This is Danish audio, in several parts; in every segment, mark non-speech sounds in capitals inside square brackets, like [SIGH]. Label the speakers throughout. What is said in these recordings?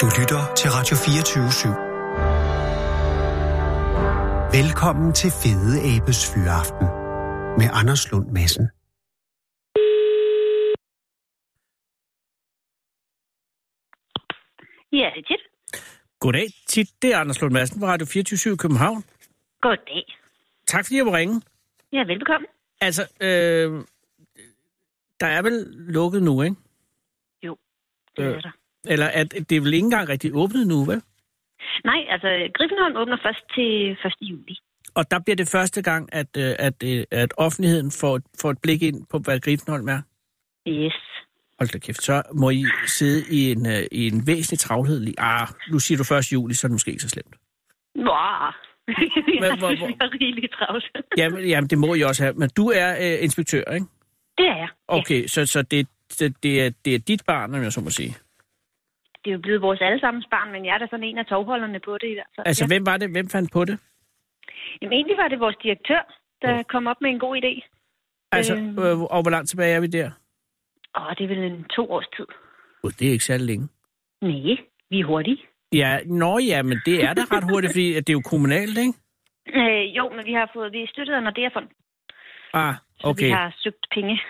Speaker 1: Du lytter til Radio 24 /7. Velkommen til Fede Abes Fyraften med Anders Lund Madsen.
Speaker 2: Ja, det er tit.
Speaker 3: Goddag, tit. Det er Anders Lund Madsen fra Radio 24 København.
Speaker 2: Goddag.
Speaker 3: Tak fordi jeg må ringe.
Speaker 2: Ja, velbekomme.
Speaker 3: Altså, øh, der er vel lukket nu, ikke?
Speaker 2: Jo, det er der.
Speaker 3: Eller at det er vel ikke engang rigtig åbnet nu, vel?
Speaker 2: Nej, altså Griffenholm åbner først til 1. juli.
Speaker 3: Og der bliver det første gang, at, øh, at, øh, at offentligheden får, et- får et blik ind på, hvad Griffenholm er.
Speaker 2: Yes.
Speaker 3: Hold da kæft, så må I sidde i en, øh, i en væsentlig travlhed lige. Ah, nu siger du 1. juli, så er det måske ikke så slemt.
Speaker 2: Nå, [LAUGHS]
Speaker 3: Hvad-
Speaker 2: jeg
Speaker 3: hvor-
Speaker 2: synes,
Speaker 3: hvor-
Speaker 2: jeg er rigeligt travlt.
Speaker 3: Jamen, jamen det må I også have. Men du er øh, inspektør, ikke?
Speaker 2: Det er jeg. Ja,
Speaker 3: Okay, så, så det, det, det, er, det er dit barn, om jeg så må sige.
Speaker 2: det er jo blevet vores allesammens barn, men jeg er da sådan en af tovholderne på det i hvert fald.
Speaker 3: Altså,
Speaker 2: ja.
Speaker 3: hvem var det? Hvem fandt på det?
Speaker 2: Jamen, egentlig var det vores direktør, der kom op med en god idé.
Speaker 3: Altså,
Speaker 2: Øhm.
Speaker 3: øh, og hvor langt tilbage er vi der?
Speaker 2: Åh, det er vel en to års tid.
Speaker 3: Gud, det er ikke særlig længe.
Speaker 2: Nej, vi er hurtige.
Speaker 3: Ja, nå ja, men det er da ret hurtigt, fordi at det er jo kommunalt, ikke?
Speaker 2: Øh, jo, men vi har fået, vi er støttet af Nordea-fonden,
Speaker 3: Ah,
Speaker 2: så vi
Speaker 3: okay.
Speaker 2: har søgt penge.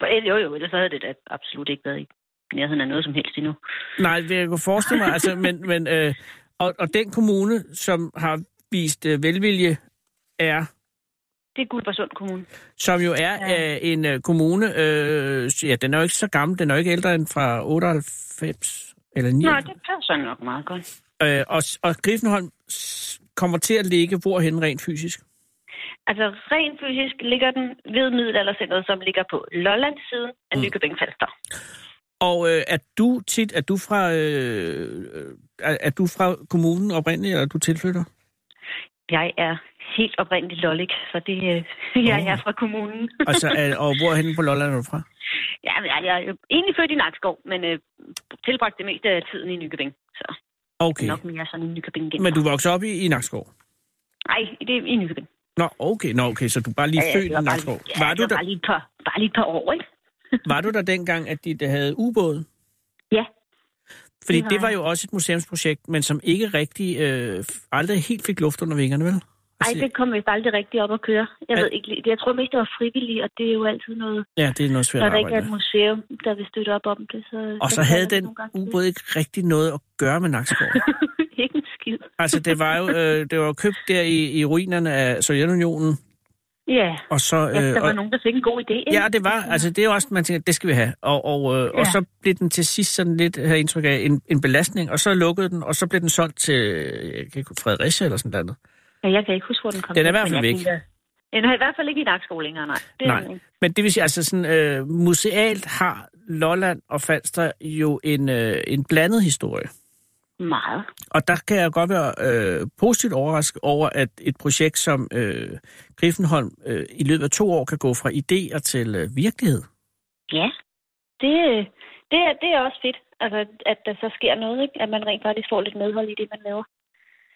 Speaker 2: For, jo, jo, ellers havde det da absolut ikke været i nærheden af noget som helst endnu.
Speaker 3: Nej, det jeg kunne forestille mig, altså, men, men øh, og, og den kommune, som har vist øh, velvilje, er,
Speaker 2: Det er Guldborgsund Kommune.
Speaker 3: som jo er
Speaker 2: Ja.
Speaker 3: ja. øh, en øh, kommune, øh, ja, den er jo ikke så gammel, den er jo ikke ældre end fra 98 eller 9.
Speaker 2: Nå, det passer nok meget godt.
Speaker 3: Øh, og, og Griffenholm s- kommer til at ligge hvorhen rent fysisk?
Speaker 2: Altså rent fysisk ligger den ved Middelaldercenteret, som ligger på Lolland-siden af mm. Nykøbing Falster.
Speaker 3: Og øh, er du tit, er du fra, øh, øh, er, er du fra kommunen oprindeligt, eller er du
Speaker 2: [LAUGHS]
Speaker 3: tilflytter?
Speaker 2: Jeg er helt oprindelig lollik, så det, øh, [LAUGHS] jeg er fra kommunen. [LAUGHS]
Speaker 3: Altså, er, og hvorhen på Lolland er du fra?
Speaker 2: Ja, men jeg jeg er jo egentlig født i Nakskov, men øh, tilbragte det meste af tiden i Nykøbing. Så okay.
Speaker 3: Okay,
Speaker 2: nok mere sådan en nykøbing
Speaker 3: men du voksede op i, i Nakskov?
Speaker 2: Nej, det er i Nykøbing.
Speaker 3: Nå, okay, nå, okay, så du er bare lige
Speaker 2: Ja, ja,
Speaker 3: født
Speaker 2: det
Speaker 3: i
Speaker 2: var bare
Speaker 3: Nakskov.
Speaker 2: lige- ja,
Speaker 3: Var,
Speaker 2: det
Speaker 3: du
Speaker 2: var
Speaker 3: der,
Speaker 2: Bare lige, et par, bare lige et par år, ikke?
Speaker 3: var du der dengang, at de der havde ubåden?
Speaker 2: Ja.
Speaker 3: Fordi
Speaker 2: Det var
Speaker 3: det var
Speaker 2: jeg.
Speaker 3: jo også et museumsprojekt, men som ikke rigtig, øh, f- aldrig helt fik luft under vingerne, vel? Altså,
Speaker 2: Ej, det kom vist aldrig rigtigt op at køre. Jeg,
Speaker 3: Ja.
Speaker 2: ved ikke, lige- jeg tror mest, det var frivilligt, og det er jo altid noget
Speaker 3: Ja, det er noget svært
Speaker 2: Når
Speaker 3: at
Speaker 2: der ikke
Speaker 3: arbejde
Speaker 2: er et
Speaker 3: med.
Speaker 2: museum, der vil støtte op om det, så...
Speaker 3: Og så
Speaker 2: kan
Speaker 3: havde
Speaker 2: man
Speaker 3: den
Speaker 2: nogle gange
Speaker 3: ubåd ikke rigtig noget at gøre med Nakskov.
Speaker 2: sige, [LAUGHS] Ikke en skid.
Speaker 3: Altså, det var jo øh, det var jo købt der i, i ruinerne af Sovjetunionen,
Speaker 2: Ja,
Speaker 3: og så...
Speaker 2: øh, der var
Speaker 3: og,
Speaker 2: nogen, der fik en god idé, ikke?
Speaker 3: ja, det var. Altså, det er jo også, man tænker, det skal vi have. Og, og, øh,
Speaker 2: Ja.
Speaker 3: og så blev den til sidst sådan lidt, her indtryk af, en, en belastning, og så lukkede den, og så blev den solgt til jeg kan ikke, Fredericia eller sådan noget.
Speaker 2: ja, jeg kan ikke huske, hvor den kom.
Speaker 3: Den er i
Speaker 2: fra,
Speaker 3: hvert fald
Speaker 2: men jeg
Speaker 3: væk.
Speaker 2: tænker- Den er i hvert fald ikke i dagskole længere, nej. Det er
Speaker 3: Nej.
Speaker 2: den ikke.
Speaker 3: Men det vil sige, altså sådan, øh, musealt har Lolland og Falster jo en, øh, en blandet historie.
Speaker 2: Meget.
Speaker 3: Og der kan jeg godt være øh, positivt overrasket over, at et projekt som øh, Griffenholm øh, i løbet af to år kan gå fra idéer til øh, virkelighed.
Speaker 2: Ja, det, det, er, det er også fedt, altså, at der så sker noget, ikke? At man rent faktisk får lidt medhold i det, man laver.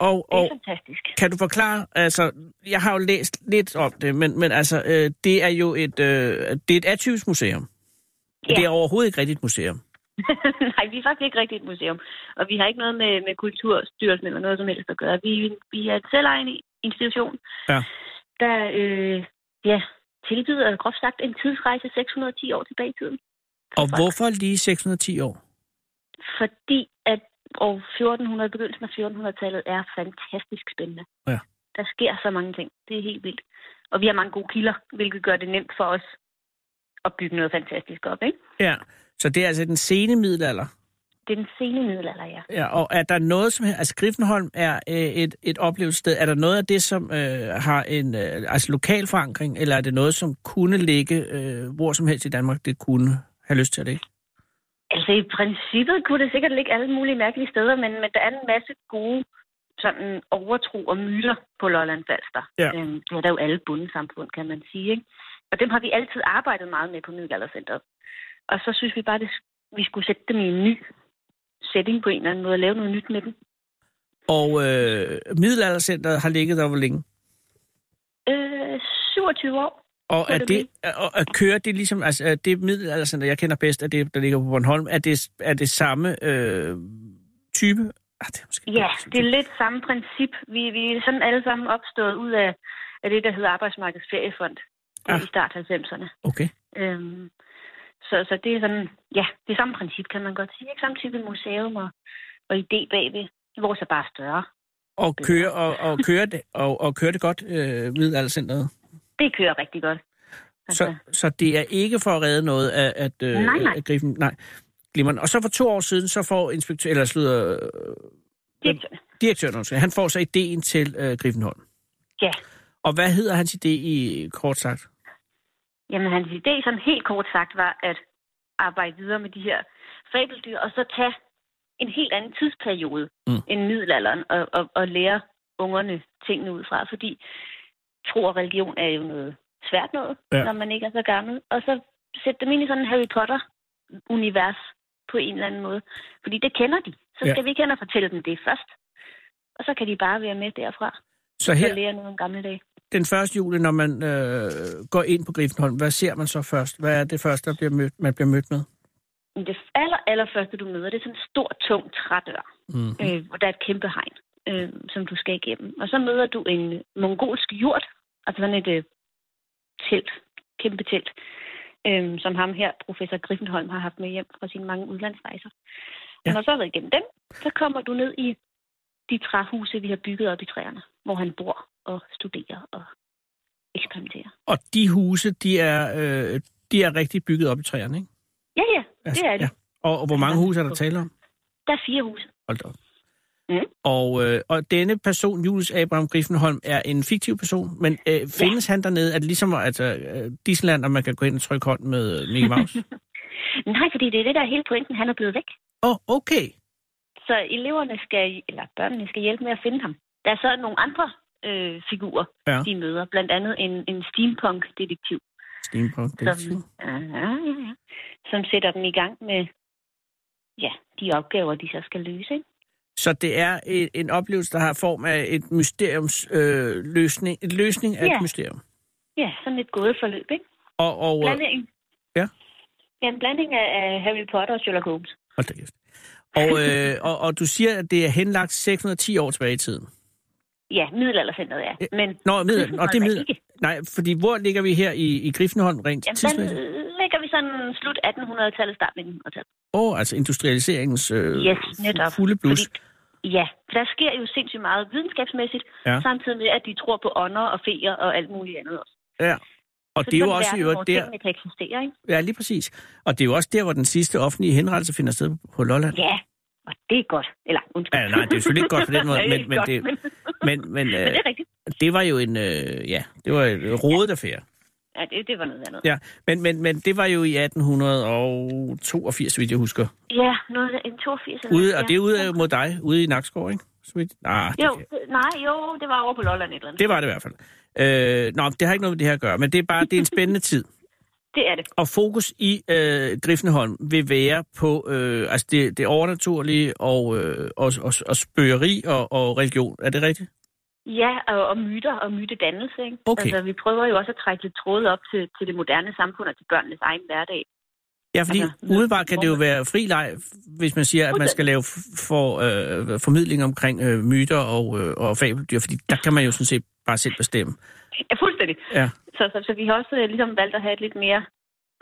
Speaker 3: Og,
Speaker 2: Det er
Speaker 3: og
Speaker 2: fantastisk.
Speaker 3: kan du forklare, altså, jeg har jo læst lidt om det, men, men altså, øh, det er jo et, øh, det er et atypsmuseum.
Speaker 2: Ja.
Speaker 3: Ja. Det er overhovedet ikke rigtigt et museum.
Speaker 2: [LAUGHS] nej, vi er faktisk ikke rigtig et museum. Og vi har ikke noget med, med Kulturstyrelsen eller noget som helst at gøre. Vi, vi er et selvejende institution,
Speaker 3: Ja.
Speaker 2: der øh, ja, tilbyder groft sagt en tidsrejse 610 år tilbage i tiden.
Speaker 3: Og
Speaker 2: Fuck.
Speaker 3: hvorfor lige 610 år?
Speaker 2: Fordi at år 1400, begyndelsen af 1400-tallet er fantastisk spændende.
Speaker 3: Ja.
Speaker 2: Der sker så mange ting. Det er helt vildt. Og vi har mange gode kilder, hvilket gør det nemt for os at bygge noget fantastisk op, ikke?
Speaker 3: Ja. Så det er altså den sene middelalder.
Speaker 2: Det er den sene middelalder, ja.
Speaker 3: Ja, og er der noget som altså Griffenholm er øh, et et oplevelsessted. Er der noget af det som øh, har en øh, altså lokal forankring eller er det noget som kunne ligge øh, hvor som helst i Danmark det kunne have lyst til at ligge?
Speaker 2: Altså i princippet kunne det sikkert ligge alle mulige mærkelige steder, men, men der er en masse gode sådan overtro og myter på Lolland Falster.
Speaker 3: Ja.
Speaker 2: Øhm, det er der jo alle bundesamfund, kan man sige. Ikke? Og dem har vi altid arbejdet meget med på Middelaldercenteret. Og så synes vi bare, at vi skulle sætte dem i en ny setting på en eller anden måde og lave noget nyt med dem.
Speaker 3: Og øh, middelaldercenteret har ligget der hvor længe?
Speaker 2: Øh, 27 år.
Speaker 3: Og
Speaker 2: Må
Speaker 3: er
Speaker 2: det
Speaker 3: det og at køre det ligesom altså er det middelaldercenter jeg kender bedst er det der ligger på Bornholm er det er det samme øh, type? Ah, det er måske
Speaker 2: Ja, det er lidt samme princip. Vi, vi er sådan alle sammen opstået ud af, af det, der hedder Arbejdsmarkedets Feriefond
Speaker 3: Ah.
Speaker 2: ah. i start 90'erne.
Speaker 3: Okay.
Speaker 2: Øhm, så, så det er sådan, ja, det samme princip, kan man godt sige. Ikke? Samme type museum og, og idé bagved. Vores er bare større.
Speaker 3: Og køre, og, og køre, det, og, og køre det godt, øh, middelaldercenteret?
Speaker 2: Det kører rigtig godt. Altså,
Speaker 3: Så, så det er ikke for at redde noget af at, øh,
Speaker 2: Nej, nej.
Speaker 3: at griffen. Nej, glimrende. Og så for to år siden, så får inspektør, eller slutter, øh,
Speaker 2: direktør-
Speaker 3: direktøren, undskyld, han får så ideen til øh, Griffenholm.
Speaker 2: Ja.
Speaker 3: Og hvad hedder hans idé i kort sagt?
Speaker 2: Jamen, hans idé, sådan helt kort sagt, var at arbejde videre med de her fabeldyr, og så tage en helt anden tidsperiode
Speaker 3: Mm.
Speaker 2: mm. end middelalderen, og, og, og lære ungerne tingene ud fra, fordi tro og religion er jo noget svært noget,
Speaker 3: Ja.
Speaker 2: ja. når man ikke er så gammel. Og så sætte dem ind i sådan en Harry Potter-univers på en eller anden måde. Fordi det kender de. Så
Speaker 3: Ja.
Speaker 2: skal vi ikke hen og fortælle dem det først. Og så kan de bare være med derfra
Speaker 3: Så
Speaker 2: og
Speaker 3: her
Speaker 2: lære noget om gamle dage.
Speaker 3: den 1. juli, når man øh, går ind på Griffenholm, hvad ser man så først? Hvad er det første, der bliver mødt, man bliver mødt med?
Speaker 2: Men Det aller, aller første, du møder, det er sådan en stor, tung trædør,
Speaker 3: Mm.
Speaker 2: øh, hvor der er et kæmpe hegn, øh, som du skal igennem. Og så møder du en mongolsk jord, altså sådan et øh, telt, kæmpe telt, øh, som ham her, professor Griffenholm, har haft med hjem fra sine mange udlandsrejser. Ja.
Speaker 3: Ja.
Speaker 2: Og når du så har været igennem dem, så kommer du ned i de træhuse, vi har bygget op i træerne, hvor han bor og studerer og eksperimenterer.
Speaker 3: Og de huse, de er, øh, de er rigtig bygget op i træerne, ikke?
Speaker 2: Ja, Altså, ja, det er det.
Speaker 3: Og, og hvor mange huse er der tale om?
Speaker 2: Der er fire huse.
Speaker 3: Hold da op.
Speaker 2: Mm.
Speaker 3: Og, øh, og denne person, Julius Abraham Griffenholm, er en fiktiv person, men øh, findes ja. han dernede? Er det ligesom altså, øh, Disneyland, og man kan gå ind og trykke hånd med øh, Mickey Mouse?
Speaker 2: Nej, fordi det er det, der er hele pointen. Han er blevet væk.
Speaker 3: Åh, oh, okay.
Speaker 2: Så eleverne skal, eller børnene skal hjælpe med at finde ham. Der er så nogle andre øh, figurer,
Speaker 3: Ja.
Speaker 2: ja. de møder. Blandt andet en, en steampunk-detektiv,
Speaker 3: Steampunk. det er
Speaker 2: som,
Speaker 3: fint.
Speaker 2: ja, ja, ja, som sætter dem i gang med ja, de opgaver, de så skal løse. Ikke?
Speaker 3: Så det er en, en oplevelse, der har form af et mysteriums øh, løsning, et løsning af
Speaker 2: Ja.
Speaker 3: et mysterium.
Speaker 2: Ja, sådan et gådeforløb. Ikke?
Speaker 3: Og, og, øh,
Speaker 2: Blanding.
Speaker 3: Ja.
Speaker 2: Ja, en blanding af, af Harry Potter og Sherlock Holmes.
Speaker 3: hold da kæft. Og, øh, og, og du siger, at det er henlagt 610 år tilbage i tiden.
Speaker 2: Ja, middelaldercenteret, ja.
Speaker 3: Ja,
Speaker 2: Men
Speaker 3: Nå, middel, og det er
Speaker 2: Griffenholm
Speaker 3: middel.
Speaker 2: ikke.
Speaker 3: Nej, fordi hvor ligger vi her i, i Griffenholm rent
Speaker 2: Jamen,
Speaker 3: tidsmæssigt?
Speaker 2: der lægger vi sådan slut 1800-tallet, start 1900-tallet.
Speaker 3: Åh, oh, altså industrialiseringens øh,
Speaker 2: Yes,
Speaker 3: fu-
Speaker 2: netop.
Speaker 3: fulde blus. Fordi...
Speaker 2: Fordi, ja, for der sker jo sindssygt meget videnskabsmæssigt,
Speaker 3: Ja.
Speaker 2: ja. samtidig med, at de tror på ånder og feer og alt muligt andet også.
Speaker 3: Ja. Og
Speaker 2: Så
Speaker 3: det er jo
Speaker 2: sådan
Speaker 3: også i
Speaker 2: verden,
Speaker 3: øvrigt
Speaker 2: hvor
Speaker 3: der,
Speaker 2: tingene kan eksistere, ikke?
Speaker 3: ja, lige præcis. Og det er jo også der, hvor den sidste offentlige henrettelse finder sted på Lolland.
Speaker 2: Ja, og det er godt. Eller, undskyld.
Speaker 3: Ja, nej, det er selvfølgelig ikke godt på den
Speaker 2: [LAUGHS]
Speaker 3: måde,
Speaker 2: Nej,
Speaker 3: men-
Speaker 2: ikke
Speaker 3: men
Speaker 2: godt,
Speaker 3: det-
Speaker 2: men,
Speaker 3: Men, men
Speaker 2: men
Speaker 3: øh,
Speaker 2: det er rigtigt.
Speaker 3: det var jo en, øh, ja, det var et rodet affære.
Speaker 2: Ja, det, det var noget andet. Ja,
Speaker 3: Ja, men, men, men det var jo i 1882, hvis jeg husker.
Speaker 2: ja noget af en 82 eller
Speaker 3: Ude,
Speaker 2: noget,
Speaker 3: og det er
Speaker 2: ja.
Speaker 3: ude mod dig, ude i Nakskov, ikke? Så vidt. Ah, det,
Speaker 2: Jo,
Speaker 3: kan-
Speaker 2: nej, jo, det var over på Lolland et eller andet.
Speaker 3: det var det i hvert fald. Øh, nå, det har ikke noget med det her at gøre, men det er bare det er en spændende [LAUGHS] tid.
Speaker 2: det er det.
Speaker 3: Og fokus i øh, Griffenholm vil være på øh, altså det, det overnaturlige og, øh, og, og, og spøgeri og, og religion. Er det rigtigt?
Speaker 2: Ja, og, og myter og mytedannelse. Ikke?
Speaker 3: Okay.
Speaker 2: Altså, vi prøver jo også at trække lidt tråde op til, til det moderne samfund og til børnenes egen hverdag.
Speaker 3: Ja, fordi
Speaker 2: Altså,
Speaker 3: umiddelbart kan det jo være fri leg, hvis man siger, at man skal lave f- for, øh, formidling omkring øh, myter og, øh, og fabeldyr, fordi der kan man jo sådan set bare selv bestemme.
Speaker 2: Ja, fuldstændig.
Speaker 3: Ja.
Speaker 2: Så, så, så vi har også øh, ligesom valgt at have et lidt mere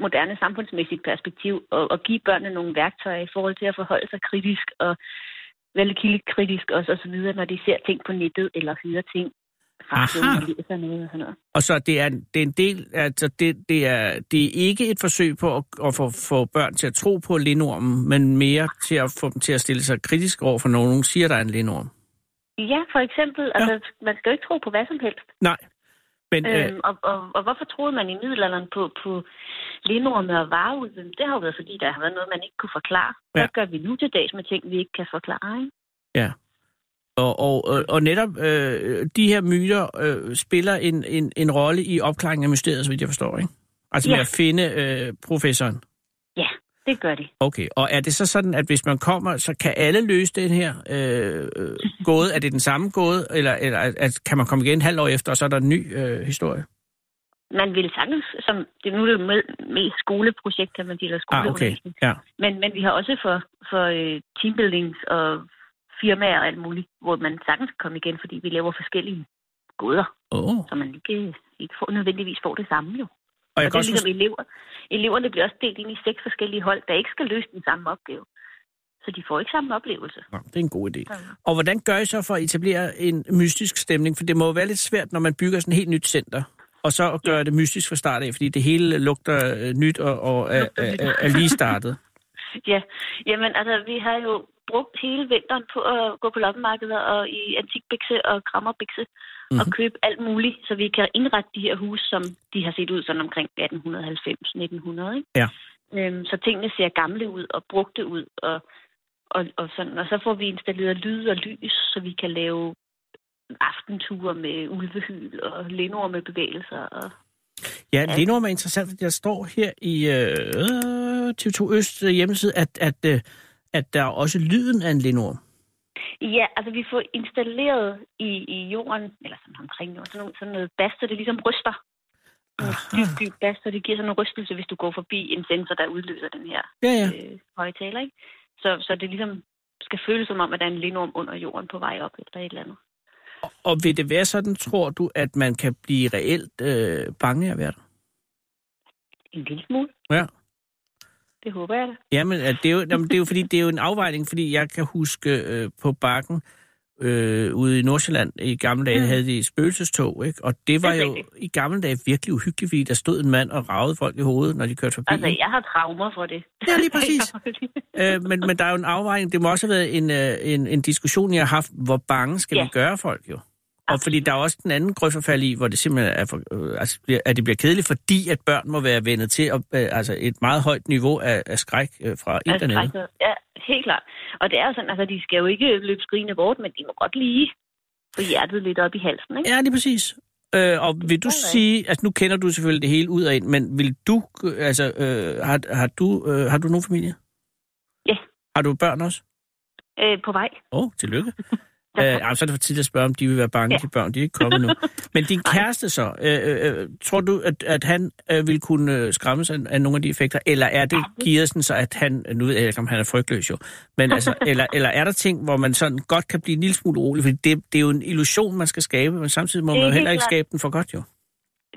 Speaker 2: moderne samfundsmæssigt perspektiv og, og give børnene nogle værktøjer i forhold til at forholde sig kritisk og være lidt kildekritisk også, og så videre, når de ser ting på nettet eller hører ting fra
Speaker 3: Aha.
Speaker 2: radioen og læser noget og sådan noget.
Speaker 3: Og så det er, en- det er en del, altså det, det, er, det er ikke et forsøg på at, at få, få børn til at tro på lindormen, men mere til at få dem til at stille sig kritisk over for, når nogen siger, der er en lindorm.
Speaker 2: Ja, for eksempel, ja. altså, man skal jo ikke tro på hvad som helst.
Speaker 3: Nej. Men, øh,
Speaker 2: Øhm, og, og, og hvorfor troede man i middelalderen på, på lindorme og vareudvind? Det har jo været, fordi der har været noget, man ikke kunne forklare.
Speaker 3: Ja.
Speaker 2: Hvad gør vi nu til dags med ting, vi ikke kan forklare? Ikke?
Speaker 3: og, og, og, og netop øh, de her myter øh, spiller en, en, en rolle i opklaringen af mysteriet, så vidt jeg forstår, ikke? Altså med
Speaker 2: Ja.
Speaker 3: at finde øh, professoren.
Speaker 2: Det gør de.
Speaker 3: Okay, og er det så sådan, at hvis man kommer, så kan alle løse den her øh, øh, gåde? Er det den samme gåde, eller, eller at, kan man komme igen en halv år efter, og så er der en ny øh, historie?
Speaker 2: man ville sagtens, som det nu er det jo med- mest skoleprojekt, kan man sige, eller
Speaker 3: Ah, okay,
Speaker 2: skoleundervisning.
Speaker 3: ja.
Speaker 2: Men, men vi har også for, for øh, teambuildings og firmaer og alt muligt, hvor man sagtens kan komme igen, fordi vi laver forskellige goder,
Speaker 3: Åh. Oh.
Speaker 2: så man ikke, ikke får, nødvendigvis får det samme jo.
Speaker 3: Og
Speaker 2: Og
Speaker 3: jeg
Speaker 2: det
Speaker 3: kan
Speaker 2: er
Speaker 3: også
Speaker 2: ligesom
Speaker 3: forstå,
Speaker 2: elever. Eleverne bliver også delt ind i seks forskellige hold, der ikke skal løse den samme opgave. Så de får ikke samme oplevelse.
Speaker 3: Nå, det er en god idé.
Speaker 2: Så
Speaker 3: Og hvordan gør I så for at etablere en mystisk stemning? For det må jo være lidt svært, når man bygger sådan et helt nyt center, og så at gøre det mystisk fra start af, fordi det hele lugter øh, nyt og, og er,
Speaker 2: Lugter
Speaker 3: er,
Speaker 2: nyt.
Speaker 3: er- er lige startet.
Speaker 2: Ja, jamen altså, vi har jo brugt hele vinteren på at gå på loppemarkeder og i antikbikse og krammerbikse mm-hmm. og
Speaker 3: Mhm.
Speaker 2: købe alt muligt, så vi kan indrette de her huse, som de har set ud sådan omkring 1890-1900, ikke?
Speaker 3: Ja.
Speaker 2: Øhm, så tingene ser gamle ud og brugte ud, og, og, og, sådan, og så får vi installeret lyd og lys, så vi kan lave aftenture med ulvehyl og lindor med bevægelser. Og,
Speaker 3: Ja, det er noget, er interessant, fordi der står her i øh, TV2 Øst hjemmeside, at, at, øh, at der er også lyden af en Lenore.
Speaker 2: Ja, altså vi får installeret i, i jorden, eller sådan omkring jorden, sådan, nogle- sådan noget bas, så det ligesom ryster. Sådan
Speaker 3: Aha.
Speaker 2: noget Dyb, dyb bas, så det giver sådan en rystelse, hvis du går forbi en sensor, der udløser den her
Speaker 3: Ja, ja.
Speaker 2: øh, højtaler, ikke? Så, så det ligesom skal føles som om, at der er en lindorm under jorden på vej op eller et eller andet.
Speaker 3: Og vil det være sådan, tror du, at man kan blive reelt øh, bange af at være der?
Speaker 2: En lille smule.
Speaker 3: Ja.
Speaker 2: Det håber jeg da.
Speaker 3: Jamen, at det er jo, jamen, det er jo fordi, det er jo en afvejning, fordi jeg kan huske øh, på bakken øh, ude i Nordsjælland i gamle dage, mm.
Speaker 2: Mm.
Speaker 3: havde de spøgelsestog, ikke? Og det var
Speaker 2: Det er
Speaker 3: jo
Speaker 2: rigtigt.
Speaker 3: i gamle dage virkelig uhyggeligt, fordi der stod en mand og ragede folk i hovedet, når de kørte forbi.
Speaker 2: Altså,
Speaker 3: ikke?
Speaker 2: jeg har traumer for det.
Speaker 3: Ja,
Speaker 2: [LAUGHS]
Speaker 3: lige præcis. øh, men, men der er jo en afvejning. Det må også have været en, øh, en, en diskussion, jeg har haft, hvor bange skal ja.
Speaker 2: Ja.
Speaker 3: vi gøre folk jo? Og fordi der er også den anden grøft at falde i, hvor det simpelthen er, for, øh, altså, bliver- at det bliver kedeligt, fordi at børn må være vendet til at, øh, altså et meget højt niveau af, af skræk øh, fra
Speaker 2: Altså,
Speaker 3: internettet.
Speaker 2: altså, ja, helt klart. Og det er jo sådan, altså, de skal jo ikke løbe skrigende bort, men de må godt lige få hjertet lidt op i halsen, ikke?
Speaker 3: Ja, lige præcis. Øh, og vil du
Speaker 2: tror jeg.
Speaker 3: sige, altså nu kender du selvfølgelig det hele ud af en, men vil du, øh, altså øh, har, har, du, øh, har du nogen familie?
Speaker 2: Ja.
Speaker 3: Har du børn også?
Speaker 2: Øh, på vej.
Speaker 3: Åh, oh,
Speaker 2: [LAUGHS]
Speaker 3: tillykke. øh, jamen, så er det for tidligt at spørge, om de vil være bange, ja.
Speaker 2: Ja.
Speaker 3: de børn, de er ikke kommet nu. Men
Speaker 2: [LAUGHS]
Speaker 3: din kæreste så, øh, øh, tror du, at, at han øh, vil kunne øh, skræmmes af, af nogle af de effekter, eller er det gearet sådan så, at han, nu ved jeg ikke, om han er frygtløs jo, men
Speaker 2: [LAUGHS]
Speaker 3: altså, eller, eller er der ting, hvor man sådan godt kan blive en lille smule urolig, fordi det, det er jo en illusion, man skal skabe, men samtidig må
Speaker 2: Det er
Speaker 3: man jo
Speaker 2: helt
Speaker 3: heller ikke
Speaker 2: klart.
Speaker 3: skabe den for godt jo.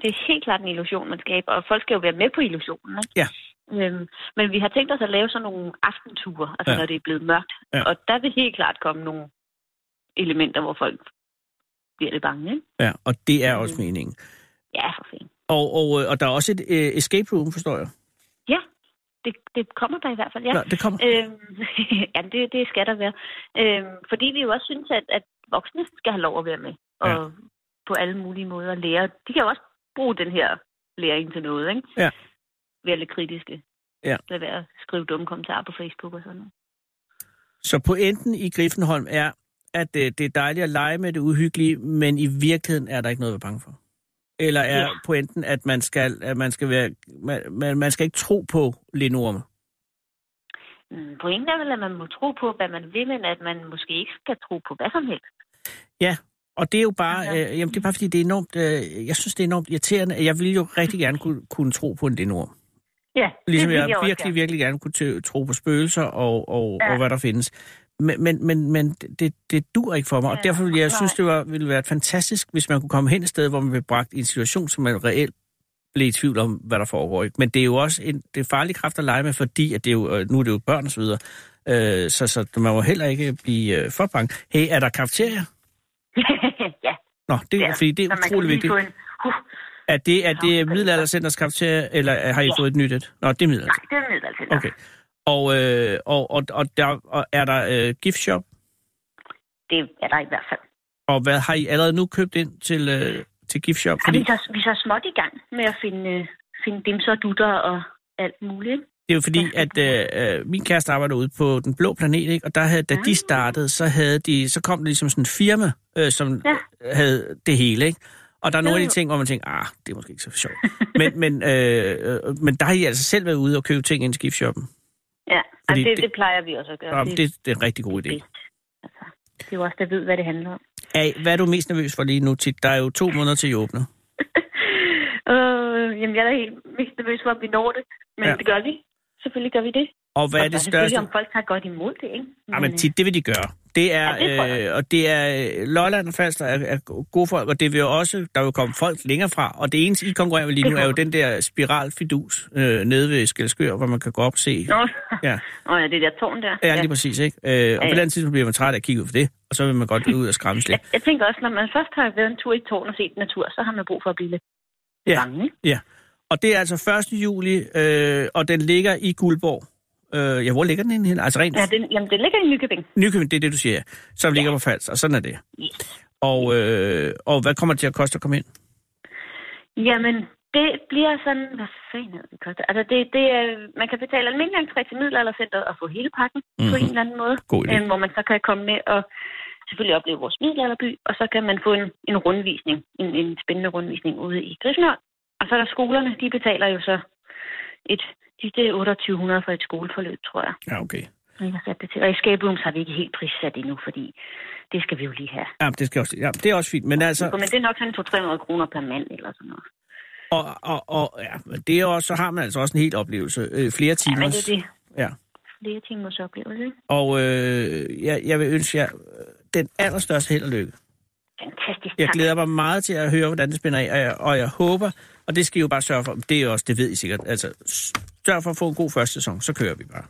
Speaker 2: Det er helt klart en illusion, man skaber, og folk skal jo være med på illusionen, ikke?
Speaker 3: Ja.
Speaker 2: Øhm, men vi har tænkt os at lave sådan nogle aftenture, altså
Speaker 3: Ja.
Speaker 2: ja. når det er blevet mørkt.
Speaker 3: Ja.
Speaker 2: Og der vil helt klart komme nogle elementer, hvor folk bliver lidt bange, ikke?
Speaker 3: Ja, og det er også
Speaker 2: Mhm.
Speaker 3: meningen.
Speaker 2: Ja, for fanden.
Speaker 3: Og, og, øh, og der er også et øh, escape room, forstår jeg.
Speaker 2: Ja, det, det kommer der i hvert fald, ja.
Speaker 3: Nå, det kommer.
Speaker 2: Øhm, [LAUGHS] jamen, det, det skal der være. Øhm, fordi vi jo også synes, at, at voksne skal have lov at være med. Og
Speaker 3: Ja.
Speaker 2: ja. på alle mulige måder lære. De kan jo også bruge den her læring til noget, ikke?
Speaker 3: Ja.
Speaker 2: Være lidt kritiske.
Speaker 3: Ja.
Speaker 2: Lad være at skrive dumme kommentarer på Facebook og sådan noget.
Speaker 3: Så pointen i Griffenholm er, at øh, det er dejligt at lege med det uhyggelige, men i virkeligheden er der ikke noget at være bange for. Eller er
Speaker 2: Ja.
Speaker 3: pointen, at man skal, at man skal være, man, man, man skal ikke tro på Lenorme.
Speaker 2: Mm, Pointen er vel, at man må tro på, hvad man vil, men at man måske ikke skal tro på hvad som helst.
Speaker 3: Og det er jo bare,
Speaker 2: Ja.
Speaker 3: øh, jamen det er bare fordi det er enormt, øh, jeg synes det er enormt irriterende. Jeg ville jo rigtig gerne kunne, kunne tro på en Lenorme.
Speaker 2: Ja,
Speaker 3: Ligesom
Speaker 2: det vil
Speaker 3: jeg,
Speaker 2: også
Speaker 3: virkelig,
Speaker 2: gerne.
Speaker 3: virkelig gerne kunne tø- tro på spøgelser og, og, ja.
Speaker 2: Ja.
Speaker 3: og hvad der findes. Men, men, men, men det, det dur ikke for mig, ja.
Speaker 2: Ja,
Speaker 3: og derfor ville jeg
Speaker 2: nej.
Speaker 3: synes, det var, ville være fantastisk, hvis man kunne komme hen et sted, hvor man blev bragt i en situation, som man reelt blev i tvivl om, hvad der foregår. Ikke? Men det er jo også en det er farlig kraft at lege med, fordi at det er jo, øh, nu er det jo børn og så videre. Øh, så, så man må heller ikke blive øh, for bange. Hey, er der kafeterier?
Speaker 2: [LAUGHS] ja,
Speaker 3: Nå, det,
Speaker 2: det
Speaker 3: ja,
Speaker 2: er,
Speaker 3: fordi det
Speaker 2: så
Speaker 3: er
Speaker 2: man kan
Speaker 3: utrolig
Speaker 2: lige
Speaker 3: vigtigt.
Speaker 2: få en... Uh,
Speaker 3: Er det, er det
Speaker 2: Ja.
Speaker 3: middelaldercenters kafeterier, eller har I
Speaker 2: Ja.
Speaker 3: fået et nyt et? Nå, det er middelalder.
Speaker 2: nej, det altså er middeltid.
Speaker 3: Okay. Og, øh, og, og, og, der, og er der øh, gift shop?
Speaker 2: Det er der i hvert fald.
Speaker 3: Og hvad har I allerede nu købt ind til, øh, til gift shop?
Speaker 2: Fordi...
Speaker 3: Fordi
Speaker 2: Ja, vi, er så, vi er så småt i gang med at finde, øh, finde dimser og dutter og alt muligt. ikke?
Speaker 3: det er jo fordi, at øh, øh, min kæreste arbejder ude på Den Blå Planet, ikke? og der havde, da de
Speaker 2: Ah.
Speaker 3: startede, så, havde de, så kom det ligesom sådan en firma, øh, som ja.
Speaker 2: Ja.
Speaker 3: havde det hele. Ikke? Og der er nogle af
Speaker 2: Jo, jo.
Speaker 3: de ting, hvor man tænker, ah, det er måske ikke så sjovt. men, men, øh, øh, men der har I altså selv været ude og købe ting ind i gift shoppen.
Speaker 2: Ja,
Speaker 3: Fordi
Speaker 2: Fordi det,
Speaker 3: det-
Speaker 2: det, det plejer vi også at gøre.
Speaker 3: Ja, det, det er en rigtig god
Speaker 2: det
Speaker 3: idé.
Speaker 2: bedst. Altså, det er jo også der ved, hvad det handler om. [LAUGHS]
Speaker 3: Hey, hvad er du mest nervøs for lige nu, Tit? Der er jo to måneder til I åbner.
Speaker 2: øh, jamen, jeg er da helt mest nervøs for, at vi når det, men
Speaker 3: Ja.
Speaker 2: ja. det gør vi. selvfølgelig gør vi det.
Speaker 3: Og hvad
Speaker 2: og
Speaker 3: er det
Speaker 2: så selvfølgelig,
Speaker 3: største?
Speaker 2: om folk tager godt imod det, ikke?
Speaker 3: Ja, men tit, det vil de gøre. Det er,
Speaker 2: Mm. Ja, det tror jeg.
Speaker 3: øh, og det er, øh, Lolland og Falster er, er gode folk, og det vil jo også, der vil komme folk længere fra. Og det eneste, I konkurrerer med lige
Speaker 2: Det
Speaker 3: nu, er jo
Speaker 2: kommer.
Speaker 3: den der spiralfidus øh, nede ved Skelskør, hvor man kan gå op og se.
Speaker 2: øh, Nå,
Speaker 3: Ja.
Speaker 2: [LAUGHS] Nå ja, det der tårn der.
Speaker 3: Ja, lige præcis, ikke? Øh, og på et
Speaker 2: ja.
Speaker 3: eller andet tidspunkt bliver man træt af at kigge ud for det, og så vil man godt ud og skræmmes lidt.
Speaker 2: Jeg, jeg tænker også, når man først har været en tur i tårn og set natur, så har man brug for at blive lidt
Speaker 3: Ja.
Speaker 2: bange. ikke?
Speaker 3: Og det er altså 1. juli, øh, og den ligger i Guldborg. Øh, ja, hvor ligger den egentlig? hen? Altså rent
Speaker 2: Ja, det, jamen, det ligger i Nykøbing.
Speaker 3: Nykøbing, det er det, du siger, ja, som ligger på Falster, og sådan er det.
Speaker 2: Yes.
Speaker 3: Og, øh, og hvad kommer det til at koste at komme ind?
Speaker 2: Jamen, det bliver sådan... Hvad fanden er det, det koster? Altså, det, det er, man kan betale almindelig entré til middelaldercenteret og få hele pakken mm-hmm. på
Speaker 3: Mhm.
Speaker 2: en eller anden måde.
Speaker 3: God idé.
Speaker 2: Øhm, hvor man så kan komme med og selvfølgelig opleve vores middelalderby, og så kan man få en, en rundvisning, en, en spændende rundvisning ude i Gryffindor. Og så er der skolerne, de betaler jo så et, de, det er 2800 for et skoleforløb, tror jeg.
Speaker 3: Ja, okay.
Speaker 2: Jeg har sat det til. Og escape rooms har vi ikke helt prissat endnu, fordi det skal vi jo lige have.
Speaker 3: Ja, det, skal også, ja, det er også fint, men altså...
Speaker 2: Så... Men det er nok sådan 200-300 kroner per mand eller sådan noget.
Speaker 3: Og, og, og ja, men det er også, så har man altså også en helt oplevelse. Øh, flere
Speaker 2: Ja, men det
Speaker 3: timers.
Speaker 2: er det.
Speaker 3: Ja.
Speaker 2: Flere timers oplevelse. ikke?
Speaker 3: Og øh, jeg, jeg vil ønske jer øh, den allerstørste held og lykke.
Speaker 2: Fantastisk.
Speaker 3: Jeg
Speaker 2: tak.
Speaker 3: glæder mig meget til at høre, hvordan det spænder af, og jeg, og jeg håber, og det skal I jo bare sørge for, det er også, det ved I sikkert, altså sørg for at få en god første sæson, så kører vi bare.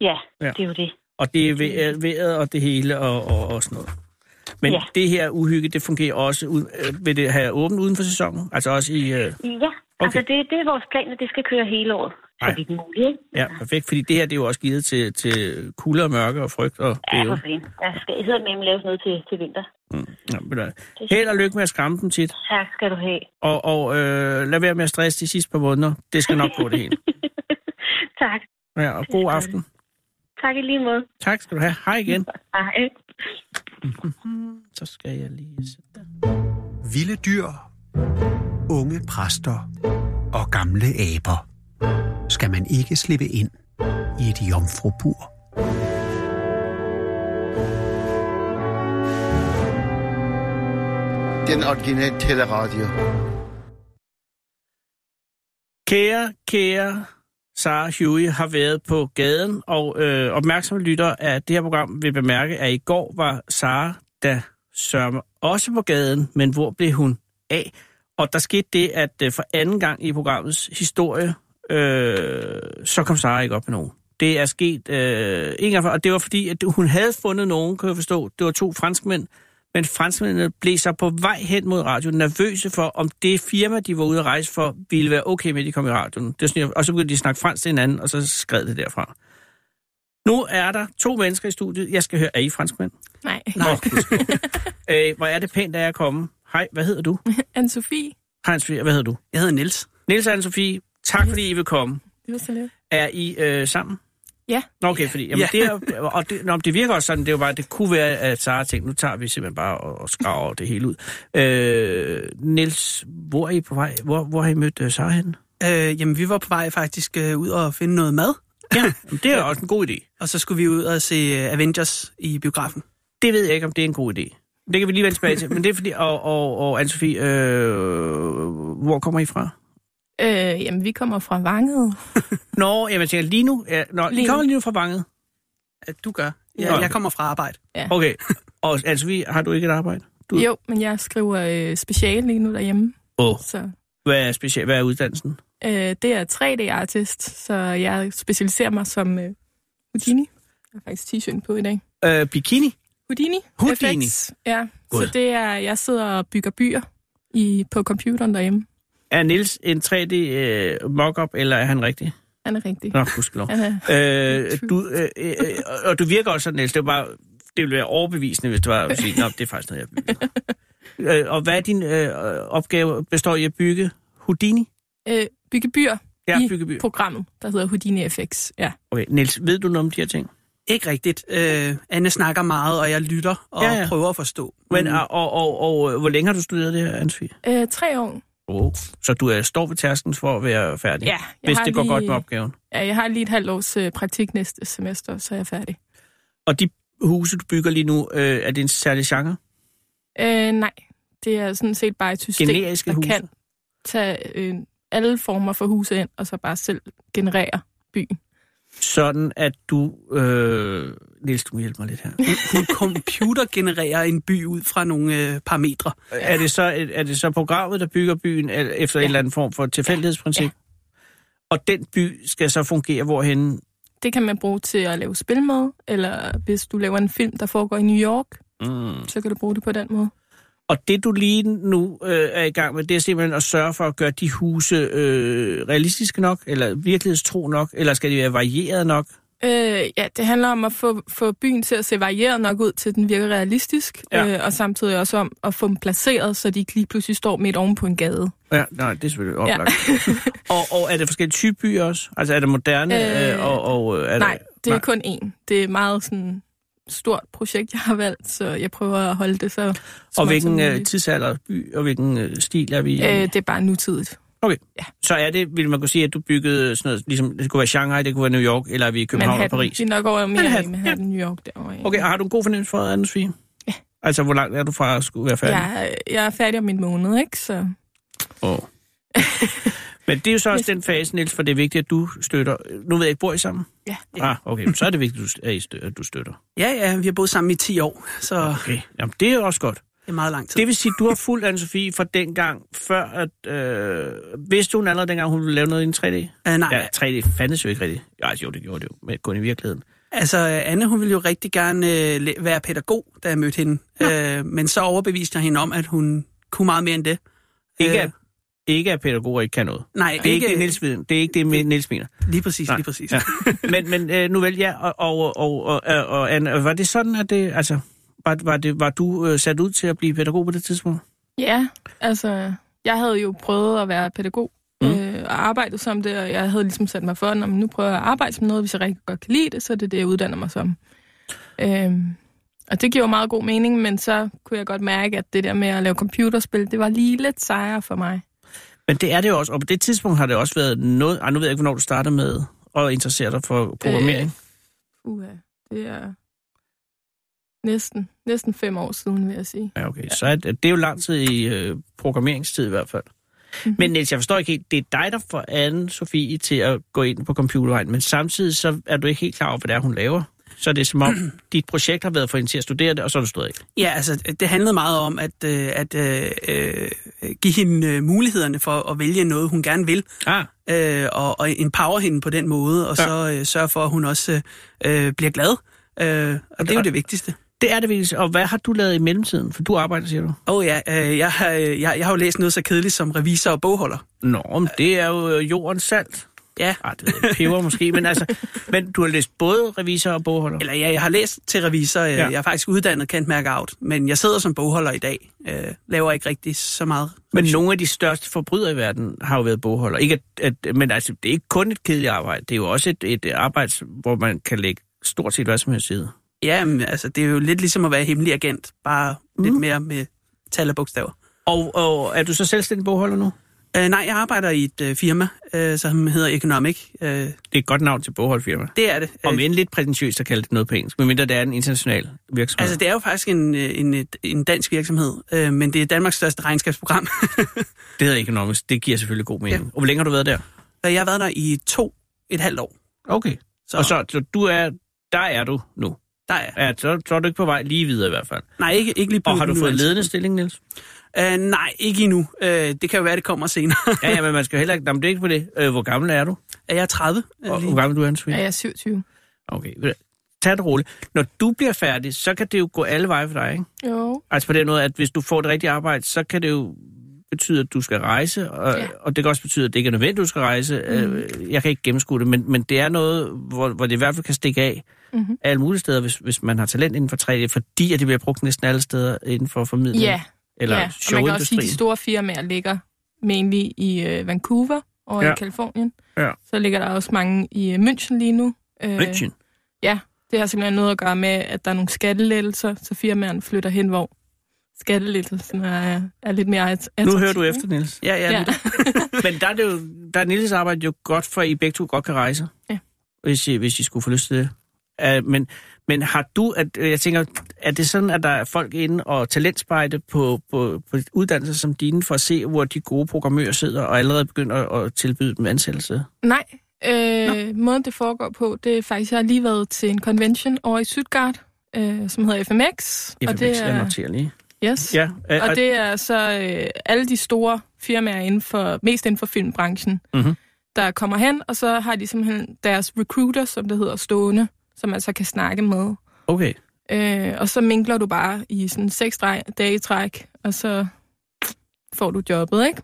Speaker 2: Ja,
Speaker 3: Ja.
Speaker 2: ja, det er jo det.
Speaker 3: Og det er ved- vejret og det hele og, og, og sådan noget. Men ja.
Speaker 2: Ja.
Speaker 3: det her uhygge, det fungerer også, ud, øh, vil det have åbent uden for sæsonen? Altså også i, øh,
Speaker 2: Ja, okay. altså det, det er vores plan, at det skal køre hele året.
Speaker 3: Ej.
Speaker 2: Så vidt muligt, ikke?
Speaker 3: ja, perfekt, fordi det her, det er jo også givet til, til kulde og mørke og frygt og
Speaker 2: Ja,
Speaker 3: bæve.
Speaker 2: for fanden. Der skal i hedder med laves noget til, til vinter.
Speaker 3: Nå, ved du hvad. Held og lykke med at skræmme dem tit,
Speaker 2: Tak skal du have. [LAUGHS]
Speaker 3: og, og øh, lad være med at stresse de sidste par måneder. Det skal nok gå det hele.
Speaker 2: tak.
Speaker 3: Ja, og god aften.
Speaker 2: Tak i lige måde.
Speaker 3: Tak skal du have. Hej igen.
Speaker 2: Hej.
Speaker 3: Så skal jeg lige sætte dig.
Speaker 1: Vilde dyr, unge præster og gamle aber skal man ikke slippe ind i et jomfrubur.
Speaker 4: Den originale teleradio.
Speaker 3: Kære, kære Sara Huey har været på gaden, og øh, opmærksomme lytter af det her program vil bemærke, at i går var Sara da sørme også på gaden, men hvor blev hun af? Og der skete det, at øh, for anden gang i programmets historie, øh, så kom Sara ikke op med nogen. Det er sket øh, en gang før, og det var fordi, at hun havde fundet nogen, kan jeg forstå. Det var to franskmænd, men franskmændene blev så på vej hen mod radioen nervøse for, om det firma, de var ude at rejse for, ville være okay med, at de kom i radioen. Det var sådan, jeg- og så begyndte de at snakke fransk til hinanden, og så skred det derfra. Nu er der to mennesker i studiet. Jeg skal høre, er I franskmænd?
Speaker 5: Nej.
Speaker 3: Nej. øh, hvor er det pænt, at jeg er kommet. Hej, hvad hedder du?
Speaker 5: Anne-Sophie.
Speaker 3: Hans, hvad hedder du?
Speaker 6: Jeg hedder Niels.
Speaker 3: Niels og Anne-Sophie, tak fordi I vil komme.
Speaker 5: Det var så lidt.
Speaker 3: Er I øh, sammen?
Speaker 5: Ja.
Speaker 3: Nå, okay, fordi jamen,
Speaker 6: Ja.
Speaker 3: det, er, jo- og det, nå, men det virker også sådan, det er jo bare, det kunne være, at Sara tænkte, nu tager vi simpelthen bare og, og skraver det hele ud. Øh, Niels, hvor er I på vej? Hvor, hvor har I mødt uh, Sara henne?
Speaker 6: Øh, jamen, vi var på vej faktisk øh, ud og finde noget mad,
Speaker 3: Ja, det er også en god idé.
Speaker 6: og så skulle vi ud og se øh, Avengers i biografen.
Speaker 3: Det ved jeg ikke, om det er en god idé. Det kan vi lige vende tilbage til, men det er fordi, og, og, og Anne-Sophie, øh, hvor kommer I fra?
Speaker 5: Øh, jamen, vi kommer fra Vanget.
Speaker 3: Nå, jamen, jeg tænker, lige nu, ja, nå, lige
Speaker 5: Lige
Speaker 3: I
Speaker 5: nu.
Speaker 3: kommer lige nu fra Vanget.
Speaker 6: At du gør.
Speaker 3: Nå.
Speaker 6: Ja, jeg kommer fra arbejde.
Speaker 3: Okay, og Anne-Sophie, har du ikke et arbejde? Du-
Speaker 5: Jo, men jeg skriver øh, speciale lige nu derhjemme.
Speaker 3: Åh.
Speaker 5: Så,
Speaker 3: Hvad er, speciel, hvad er uddannelsen?
Speaker 5: øh, det er 3D-artist, så jeg specialiserer mig som øh, Houdini. Jeg har faktisk t-shirt på i dag.
Speaker 3: Øh, bikini?
Speaker 5: Houdini.
Speaker 3: Houdini.
Speaker 5: FX. Ja,
Speaker 3: God.
Speaker 5: så det er, jeg sidder og bygger byer i, på computeren derhjemme.
Speaker 3: Er Nils en 3D øh, mock-up, eller er han rigtig?
Speaker 5: Han er rigtig.
Speaker 3: Nå, gudskelov.
Speaker 5: Han er,
Speaker 3: Øh, du, øh, øh, øh, og- og du virker også sådan, Niels. Det, var bare, det ville være overbevisende, hvis du var at sige, Nå, det er faktisk noget, jeg bygger. øh, og hvad er din øh, opgave består i at bygge Houdini?
Speaker 5: øh, bygge byer
Speaker 3: Ja,
Speaker 5: i
Speaker 3: bygge byer.
Speaker 5: programmet, der hedder Houdini FX. Ja.
Speaker 3: Okay, Niels, ved du noget om de her ting?
Speaker 6: Ikke rigtigt. Øh, Anne snakker meget, og jeg lytter og
Speaker 3: Ja,
Speaker 6: ja,
Speaker 3: ja.
Speaker 6: ja. prøver at forstå.
Speaker 3: Men,
Speaker 5: Mm.
Speaker 3: og, og, og, og øh, hvor længe har du studeret det her, Ansvig?
Speaker 5: Øh, tre år.
Speaker 3: Oh. Så du øh, står ved tærsken for at være færdig,
Speaker 5: Ja, jeg
Speaker 3: hvis
Speaker 5: har
Speaker 3: det går
Speaker 5: lige-
Speaker 3: godt med opgaven.
Speaker 5: Ja, jeg har lige et halvt års øh, praktik næste semester, så er jeg færdig.
Speaker 3: Og de huse, du bygger lige nu, øh, er det en særlig genre?
Speaker 5: Øh, nej, det er sådan set bare et system,
Speaker 3: Generiske
Speaker 5: der
Speaker 3: huse?
Speaker 5: kan tage øh, alle former for huse ind, og så bare selv generere byen.
Speaker 3: Sådan at du... Øh, Niels, du må hjælpe mig lidt her.
Speaker 6: Hun computergenererer en by ud fra nogle øh, parametre.
Speaker 3: Er det, så, er det så programmet, der bygger byen el- efter ja. en eller anden form for tilfældighedsprincip? Ja. Og den by skal så fungere hvorhen?
Speaker 5: Det kan man bruge til at lave spil med, eller hvis du laver en film, der foregår i New York,
Speaker 3: Mm.
Speaker 5: så kan du bruge det på den måde.
Speaker 3: Og det, du lige nu øh, er i gang med, det er simpelthen at sørge for at gøre de huse øh, realistiske nok, eller virkelighedstro nok, eller skal de være varieret nok?
Speaker 5: Øh, ja, det handler om at få, få byen til at se varieret nok ud, til den virker realistisk,
Speaker 3: Ja.
Speaker 5: ja. øh, og samtidig også om at få dem placeret, så de ikke lige pludselig står midt oven på en gade.
Speaker 3: Ja, nej, det er selvfølgelig oplagt. [LAUGHS] Ja. og, og er det forskellige typer byer også? Altså er det moderne? Øh,
Speaker 5: Øh,
Speaker 3: øh, og, og, øh, er
Speaker 5: Nej,
Speaker 3: det,
Speaker 5: det er kun én. Det er et meget sådan stort projekt, jeg har valgt, så jeg prøver at holde det så småt
Speaker 3: Og hvilken
Speaker 5: som
Speaker 3: øh,
Speaker 5: muligt.
Speaker 3: tidsalder, by, og hvilken øh, stil er vi i?
Speaker 5: øh, Det er bare nutidigt.
Speaker 3: Så er det, vil man kunne sige, at du byggede sådan noget, ligesom, det kunne være Shanghai, det kunne være New York, eller er vi i København
Speaker 5: Manhattan.
Speaker 3: og Paris?
Speaker 5: Vi er nok over mere i
Speaker 3: Manhattan,
Speaker 5: Manhattan, New York derovre. ja.
Speaker 3: Okay, og har du en god fornemmelse for, Anne Sofie? Ja. Altså, hvor langt er du fra at skulle være færdig?
Speaker 5: Jeg, jeg er færdig om en måned, ikke? Så
Speaker 3: Oh.
Speaker 5: [LAUGHS]
Speaker 3: Men det er jo så også den fase, Niels, for det er vigtigt, at du støtter. Nu ved jeg ikke, bor I sammen?
Speaker 5: ja.
Speaker 3: Ah, okay, så er det vigtigt, at du- at I stø- at du støtter.
Speaker 6: Ja, ja, vi har boet sammen i 10 år, så
Speaker 3: Okay, Jamen, det er jo også godt.
Speaker 6: det er meget lang tid.
Speaker 3: Det vil sige, at du har fulgt Anne-Sophie fra dengang, før at... Øh, vidste hun allerede dengang, hun ville lave noget i en 3D?
Speaker 6: Uh, nej,
Speaker 3: Ja, 3D fandtes jo ikke rigtigt. Ja, altså, jo, det gjorde det jo, men kun i virkeligheden.
Speaker 6: Altså, Anne, hun ville jo rigtig gerne øh, læ- være pædagog, da jeg mødte hende. Øh, men så overbeviste jeg hende om, at hun kunne meget mere end det.
Speaker 3: Ikke,
Speaker 6: Øh,
Speaker 3: at, ikke at pædagoger ikke kan noget.
Speaker 6: Nej,
Speaker 3: Det er ikke det, Niels, viden. Det er ikke det, Niels mener.
Speaker 6: Lige præcis,
Speaker 3: Nej.
Speaker 6: lige præcis.
Speaker 3: Ja. Men, men øh, nu vel, ja, og, og, og, og, og, og Anna, var det sådan, at det, altså, var, var, det, var du øh, sat ud til at blive pædagog på det tidspunkt?
Speaker 5: ja, altså, jeg havde jo prøvet at være pædagog
Speaker 3: Mm.
Speaker 5: mm. øh, og arbejdet som det, og jeg havde ligesom sat mig for, at nu prøver jeg at arbejde som noget, hvis jeg rigtig godt kan lide det, så er det det, jeg uddanner mig som. Øh, og det giver jo meget god mening, men så kunne jeg godt mærke, at det der med at lave computerspil, det var lige lidt sejere for mig.
Speaker 3: Men det er det jo også, og på det tidspunkt har det også været noget, ej, nu ved jeg ikke, hvornår du startede med at interessere dig for programmering.
Speaker 5: Uha, det er næsten, næsten fem år siden, vil jeg sige.
Speaker 3: Ja, okay. Så er det, det er jo lang tid i øh, programmeringstid i hvert fald. Men Niels, jeg forstår ikke helt, det er dig, der får anne Sofie til at gå ind på computervejen, men samtidig så er du ikke helt klar over, hvad det er, hun laver. Så det er som om, [CLEARS THROAT] dit projekt har været for hende til at studere det, og så er du stået af.
Speaker 6: [LAUGHS] Ja, altså, det handlede meget om at, øh, at øh, øh, give hende øh, mulighederne for at vælge noget, hun gerne vil,
Speaker 3: Ah,
Speaker 6: øh, og, og empower hende på den måde, og
Speaker 3: Ja.
Speaker 6: ja. så øh, sørge for, at hun også øh, øh, bliver glad. Øh, og det er jo det vigtigste.
Speaker 3: Det er det vigtigste. Og hvad har du lavet i mellemtiden? For du arbejder, siger du.
Speaker 6: Åh oh, ja, øh, jeg, har, øh, jeg, jeg har jo læst noget så kedeligt som revisor og bogholder.
Speaker 3: Nå, men det er jo øh, jordens salt.
Speaker 6: Ja.
Speaker 3: Ej, det ved jeg ikke. peber måske, men [LAUGHS] altså... Men du har læst både revisor og bogholder.
Speaker 6: Eller ja, jeg har læst til revisor. Ja.
Speaker 3: Ja.
Speaker 6: Jeg er faktisk uddannet kendt mærke out, men jeg sidder som bogholder i dag. Øh, laver ikke rigtig så meget.
Speaker 3: Men nogle af de største forbrydere i verden har jo været bogholder. Ikke at, at, men altså, det er ikke kun et kedeligt arbejde. Det er jo også et, et arbejde, hvor man kan lægge stort set hvad som helst side.
Speaker 6: Ja, men, altså, det er jo lidt ligesom at være hemmelig agent, bare mm. lidt mere med tal og bogstaver.
Speaker 3: Og, og er du så selvstændig bogholder nu?
Speaker 6: Øh, nej, jeg arbejder i et øh, firma, øh, som hedder Economic. Øh,
Speaker 3: Det er et godt navn til bogholdfirma.
Speaker 6: det er det.
Speaker 3: Om
Speaker 6: Øh,
Speaker 3: end lidt prætentiøst at kalde det noget på engelsk, medmindre det er en international virksomhed.
Speaker 6: altså, det er jo faktisk en, øh, en, et- en dansk virksomhed, øh, men det er Danmarks største regnskabsprogram. [LAUGHS]
Speaker 3: det hedder økonomisk. Det giver selvfølgelig god mening. Ja. Og hvor længe har du været der?
Speaker 6: Og jeg har været der i to, et halvt år.
Speaker 3: Okay. Så. Og så, så du er, der er du nu.
Speaker 6: Der er,
Speaker 3: Ja, så, så er du ikke på vej lige videre i hvert fald.
Speaker 6: nej, ikke, ikke lige
Speaker 3: Og har du fået en
Speaker 6: ledet?
Speaker 3: ledende stilling, [LAUGHS] Niels?
Speaker 6: Øh, nej, ikke endnu. Øh, det kan jo være, det kommer senere. [LAUGHS]
Speaker 3: Ja, ja, men man skal jo heller ikke... Nå, men det er ikke på det. Øh, hvor gammel er du?
Speaker 6: Er jeg 30? øh,
Speaker 3: Og,
Speaker 6: lige?
Speaker 3: hvor gammel er du,
Speaker 5: Ja,
Speaker 3: Anne-Sophie?
Speaker 5: jeg er 27.
Speaker 3: Okay, ved du hvad, tag det roligt. Når du bliver færdig, så kan det jo gå alle veje for dig, ikke?
Speaker 5: Jo.
Speaker 3: Altså på den måde, at hvis du får det rigtige arbejde, så kan det jo betyde, at du skal rejse, og, ja.
Speaker 5: Ja. Mhm.
Speaker 3: og det kan også betyde, at det ikke er nødvendigt, at du skal rejse. Mm. Jeg kan ikke gennemskue det, men, men det er noget, hvor, hvor det i hvert fald kan stikke af
Speaker 5: Mhm.
Speaker 3: mm-hmm. alle mulige steder, hvis, hvis man har talent inden for 3D, fordi at det bliver brugt næsten alle steder inden for formidling.
Speaker 5: Ja,
Speaker 3: eller
Speaker 5: ja. og man kan også sige, at de store firmaer ligger mainly i øh, Vancouver og
Speaker 3: Ja.
Speaker 5: i Kalifornien.
Speaker 3: Ja.
Speaker 5: Så ligger der også mange i øh, München lige nu. Øh,
Speaker 3: München.
Speaker 5: Det har simpelthen noget at gøre med, at der er nogle skattelettelser, så firmaerne flytter hen, hvor skattelettelsen er, er lidt mere at-
Speaker 3: Nu
Speaker 5: attraktiv,
Speaker 3: hører du
Speaker 5: ikke?
Speaker 3: efter, Niels.
Speaker 6: Ja,
Speaker 5: Ja.
Speaker 6: ja. ja.
Speaker 3: Men der er, det jo, der er Niels arbejde jo godt for, at I begge to godt kan rejse.
Speaker 5: Ja.
Speaker 3: Hvis I, hvis I skulle få lyst til det. Uh, men, men har du, at, øh, jeg tænker, er det sådan, at der er folk inde og talentspejde på, på, på uddannelser som dine, for at se, hvor de gode programmører sidder, og allerede begynder at, at tilbyde dem ansættelse?
Speaker 5: [LAUGHS] Nej, Øh, måden det foregår på, det er faktisk, jeg har lige været til en convention over i Stuttgart, øh, som hedder FMX.
Speaker 3: FMX,
Speaker 5: og det
Speaker 3: jeg
Speaker 5: er,
Speaker 3: noterer lige.
Speaker 5: yes.
Speaker 3: Ja, øh,
Speaker 5: Og det er så øh, alle de store firmaer inden for, mest inden for filmbranchen,
Speaker 3: Mhm.
Speaker 5: der kommer hen, og så har de simpelthen deres recruiter, som det hedder, stående, som man så kan snakke med.
Speaker 3: Okay.
Speaker 5: Øh, og så minkler du bare i sådan seks dre- dage i træk, og så får du jobbet, ikke?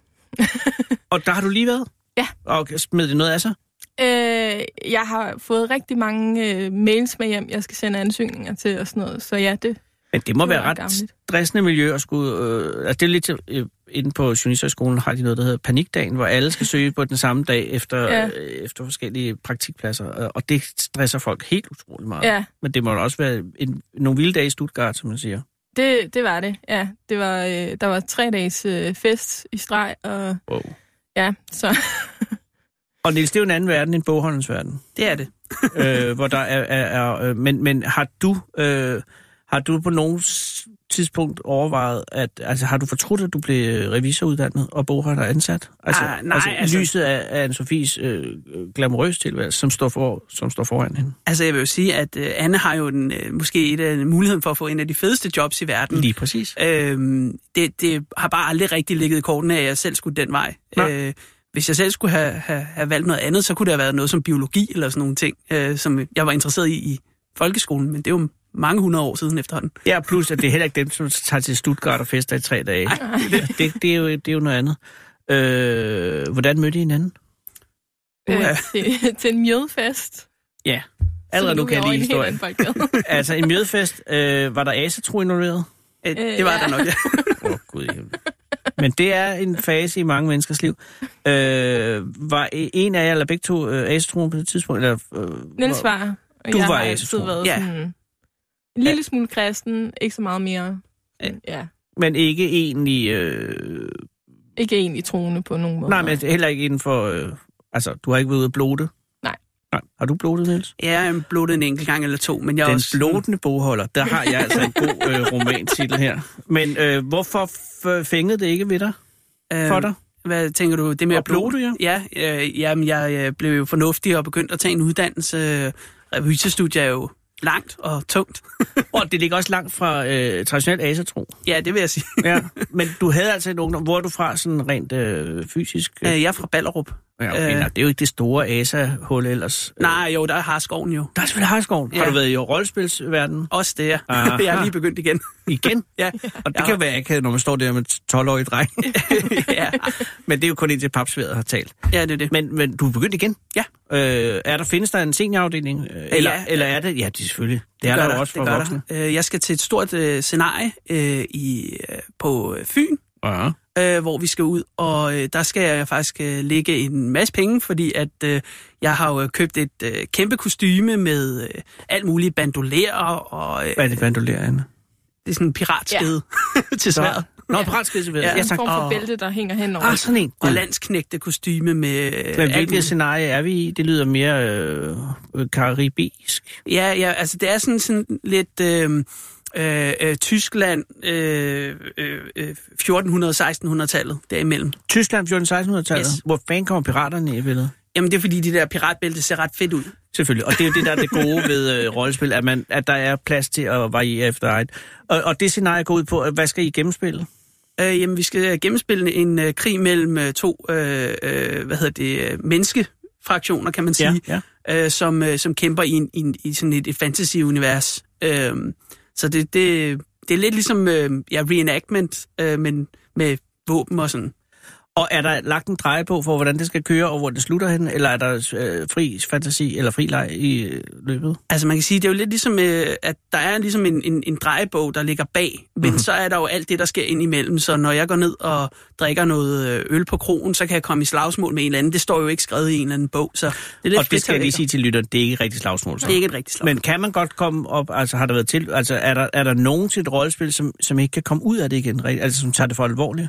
Speaker 3: Og der har du lige været?
Speaker 5: Ja.
Speaker 3: Og smed det noget af sig?
Speaker 5: Øh, jeg har fået rigtig mange øh, mails med hjem, jeg skal sende ansøgninger til og sådan noget. Så ja, det,
Speaker 3: Men det må
Speaker 5: Det
Speaker 3: være
Speaker 5: var
Speaker 3: ret
Speaker 5: gammeligt.
Speaker 3: stressende miljø at skulle... Øh, altså det er lidt til, øh, inde på Journalisterskolen har de noget, der hedder panikdagen, hvor alle skal søge på den samme dag efter, ja.
Speaker 5: Ja.
Speaker 3: øh, efter forskellige praktikpladser. Og, og det stresser folk helt utrolig meget.
Speaker 5: ja,
Speaker 3: Men det må jo også være en, nogle vilde dage i Stuttgart, som man siger.
Speaker 5: det, det var det. Ja, det var, øh, der var tre dages øh, fest i streg, og
Speaker 3: Wow.
Speaker 5: ja, så
Speaker 3: Og Niels, det er jo en anden verden end bogholdens verden.
Speaker 6: Det er det.
Speaker 3: øh, hvor der er... er, er øh, men, men har du... Øh, har du på nogen s- tidspunkt overvejet, at altså har du fortrudt, at du blev øh, revisoruddannet og bogholder ansat? Altså,
Speaker 6: Ah, nej,
Speaker 3: altså, i
Speaker 6: altså-
Speaker 3: lyset af, af Anne-Sophies øh, glamourøse tilværelse, som står, for, som står foran hende.
Speaker 6: Altså, jeg vil jo sige, at øh, Anne har jo den, øh, måske et af, muligheden for at få en af de fedeste jobs i verden.
Speaker 3: Lige præcis.
Speaker 6: Øhm, det, det har bare aldrig rigtig ligget i kortene, at jeg selv skulle den vej.
Speaker 3: Nej.
Speaker 6: Øh, hvis jeg selv skulle have, have, have valgt noget andet, så kunne det have været noget som biologi eller sådan nogle ting, øh, som jeg var interesseret i i folkeskolen, men det er jo mange hundrede år siden efterhånden.
Speaker 3: Ja, plus at det er heller ikke dem, som tager til Stuttgart og fester i tre dage. [LAUGHS] Det, det, er, jo, det er jo noget andet. Øh, hvordan mødte I hinanden?
Speaker 5: øh,
Speaker 6: Uha.
Speaker 5: til, til en mjødfest.
Speaker 3: Ja, allerede
Speaker 5: Så
Speaker 3: nu
Speaker 5: er vi
Speaker 3: kan jeg
Speaker 5: over
Speaker 3: lide
Speaker 5: i en
Speaker 3: historien.
Speaker 5: helt anden boldgade.
Speaker 3: [LAUGHS] Altså, en mødefest, øh, var der asetro involveret?
Speaker 6: Øh,
Speaker 5: Øh,
Speaker 6: det var
Speaker 5: ja.
Speaker 6: der nok, ja.
Speaker 3: Åh, oh, gud i himlen. Men det er en fase i mange menneskers liv. Øh, var en af jer, eller begge to, øh, asetroen på det tidspunkt? Eller, øh,
Speaker 5: Niels
Speaker 3: hvor-
Speaker 5: var, og
Speaker 3: Du
Speaker 5: jeg
Speaker 3: var
Speaker 5: har altid
Speaker 3: asetro.
Speaker 5: været
Speaker 6: Ja.
Speaker 5: sådan en lille smule kristen, ikke så meget mere.
Speaker 6: Ja.
Speaker 5: Ja,
Speaker 3: Men ikke egentlig... Øh,
Speaker 5: ikke egentlig troende på nogen måde.
Speaker 3: nej, men heller ikke inden for... Øh, altså, du har ikke været ude at blote?
Speaker 5: Nej.
Speaker 3: Nej. Har du blotet, Niels?
Speaker 6: Jeg er blotet en enkelt gang eller to, men jeg er
Speaker 3: Den
Speaker 6: også...
Speaker 3: blodende bogholder. Der har jeg altså en god øh, romantitel her. Men øh, hvorfor f- fængede det ikke ved dig?
Speaker 6: øh,
Speaker 3: For dig?
Speaker 6: Hvad tænker du? Det med
Speaker 3: Og
Speaker 6: at blote?
Speaker 3: blote,
Speaker 6: ja. ja øh, jamen, jeg øh, blev jo fornuftig og begyndte at tage en uddannelse. Revisorstudier er jo langt og tungt. [LAUGHS]
Speaker 3: Og det ligger også langt fra øh, traditionel asatro.
Speaker 6: ja, det vil jeg sige.
Speaker 3: Ja. Men du havde altså en ungdom. Hvor er du fra sådan rent øh, fysisk?
Speaker 6: Øh, jeg er fra Ballerup.
Speaker 3: Ja, okay,
Speaker 6: Øh.
Speaker 3: øh, det er jo ikke det store ASA-hul ellers.
Speaker 6: Nej, jo, der er Harskoven jo.
Speaker 3: Der er selvfølgelig Harskoven. Ja. Har
Speaker 6: Ja.
Speaker 3: du været i rollespilsverdenen
Speaker 6: Også det, ja.
Speaker 3: Aha.
Speaker 6: [LAUGHS] Jeg er lige begyndt igen.
Speaker 3: igen?
Speaker 6: [LAUGHS] Ja,
Speaker 3: Og det
Speaker 6: Jeg
Speaker 3: kan jo
Speaker 6: har-
Speaker 3: være akavet, når man står der med 12-årig dreng.
Speaker 6: [LAUGHS] ja,
Speaker 3: men det er jo kun indtil papsværet har talt.
Speaker 6: ja det er det.
Speaker 3: Men, men du er begyndt igen?
Speaker 6: Ja.
Speaker 3: Øh, er der, findes der en seniorafdeling? Øh, Eller, ja. eller er det? Ja, det er selvfølgelig. Det, det er
Speaker 6: gør
Speaker 3: der jo også for
Speaker 6: det gør
Speaker 3: voksne.
Speaker 6: Der. Øh, Jeg skal til et stort øh, scenarie øh, i, øh, på øh, Fyn,
Speaker 3: Ja.
Speaker 6: øh, hvor vi skal ud, og øh, der skal jeg faktisk øh, lægge en masse penge, fordi at øh, jeg har jo øh, købt et øh, kæmpe kostyme med øh, alt muligt bandolerer og øh,
Speaker 3: Hvad er det, bandolerer, Anne?
Speaker 6: det er sådan en piratskede ja. [LAUGHS] til sværet.
Speaker 3: Nå, brætskidseværet.
Speaker 6: Ja.
Speaker 3: Ja. ja,
Speaker 5: en
Speaker 3: tak.
Speaker 5: form for
Speaker 6: Åh.
Speaker 5: bælte, der hænger hen over.
Speaker 3: Ah, sådan en.
Speaker 6: Og landsknægte kostyme med øh,
Speaker 3: Men
Speaker 6: alt
Speaker 3: hvilket
Speaker 6: muligt.
Speaker 3: scenarie er vi i? Det lyder mere øh, øh, karibisk.
Speaker 6: Ja, ja, altså det er sådan, sådan lidt øh, øh, øh, Tyskland øh, øh, øh, 1400-1600-tallet derimellem.
Speaker 3: Tyskland 14-1600-tallet.
Speaker 6: Yes.
Speaker 3: Yes. Hvor fanden kommer piraterne i billedet?
Speaker 6: Jamen det er fordi, de der piratbælte ser ret fedt ud.
Speaker 3: Selvfølgelig, og det er jo det, der er det [LAUGHS] gode ved øh, rollespil, at, man, at der er plads til at variere efter eget. Og, og det scenarie går ud på, øh, hvad skal I gennemspille?
Speaker 6: Øh, jamen vi skal gennemspille en øh, krig mellem øh, to, øh, øh, hvad hedder det, øh, menneskefraktioner kan man sige,
Speaker 3: ja.
Speaker 6: øh, som, øh, som kæmper i, en, i, en, i sådan et, et fantasy-univers. Øh, så det, det, det er lidt ligesom øh, ja, reenactment, øh, men med våben og sådan.
Speaker 3: Og er der lagt en dreje på for, hvordan det skal køre, og hvor det slutter hen? Eller er der øh, fri fantasi eller fri leg i øh, løbet?
Speaker 6: Altså man kan sige, det er jo lidt ligesom, øh, at der er ligesom en, en, en drejebog, der ligger bag, men
Speaker 3: Mhm.
Speaker 6: mm-hmm. så er der jo alt det, der sker ind imellem. Så når jeg går ned og drikker noget øh, øl på krogen, så kan jeg komme i slagsmål med en eller anden. Det står jo ikke skrevet i en eller anden bog, så det er lidt
Speaker 3: og det skal jeg lige
Speaker 6: fritaget.
Speaker 3: sige til lytteren, det er ikke et rigtigt slagsmål. Så.
Speaker 6: Det er ikke et rigtigt slag. Men,
Speaker 3: Men kan man godt komme op, altså har der været til, altså er der, er der nogen til et rollespil, som, som ikke kan komme ud af det igen, rigtig- altså som tager det for alvorligt?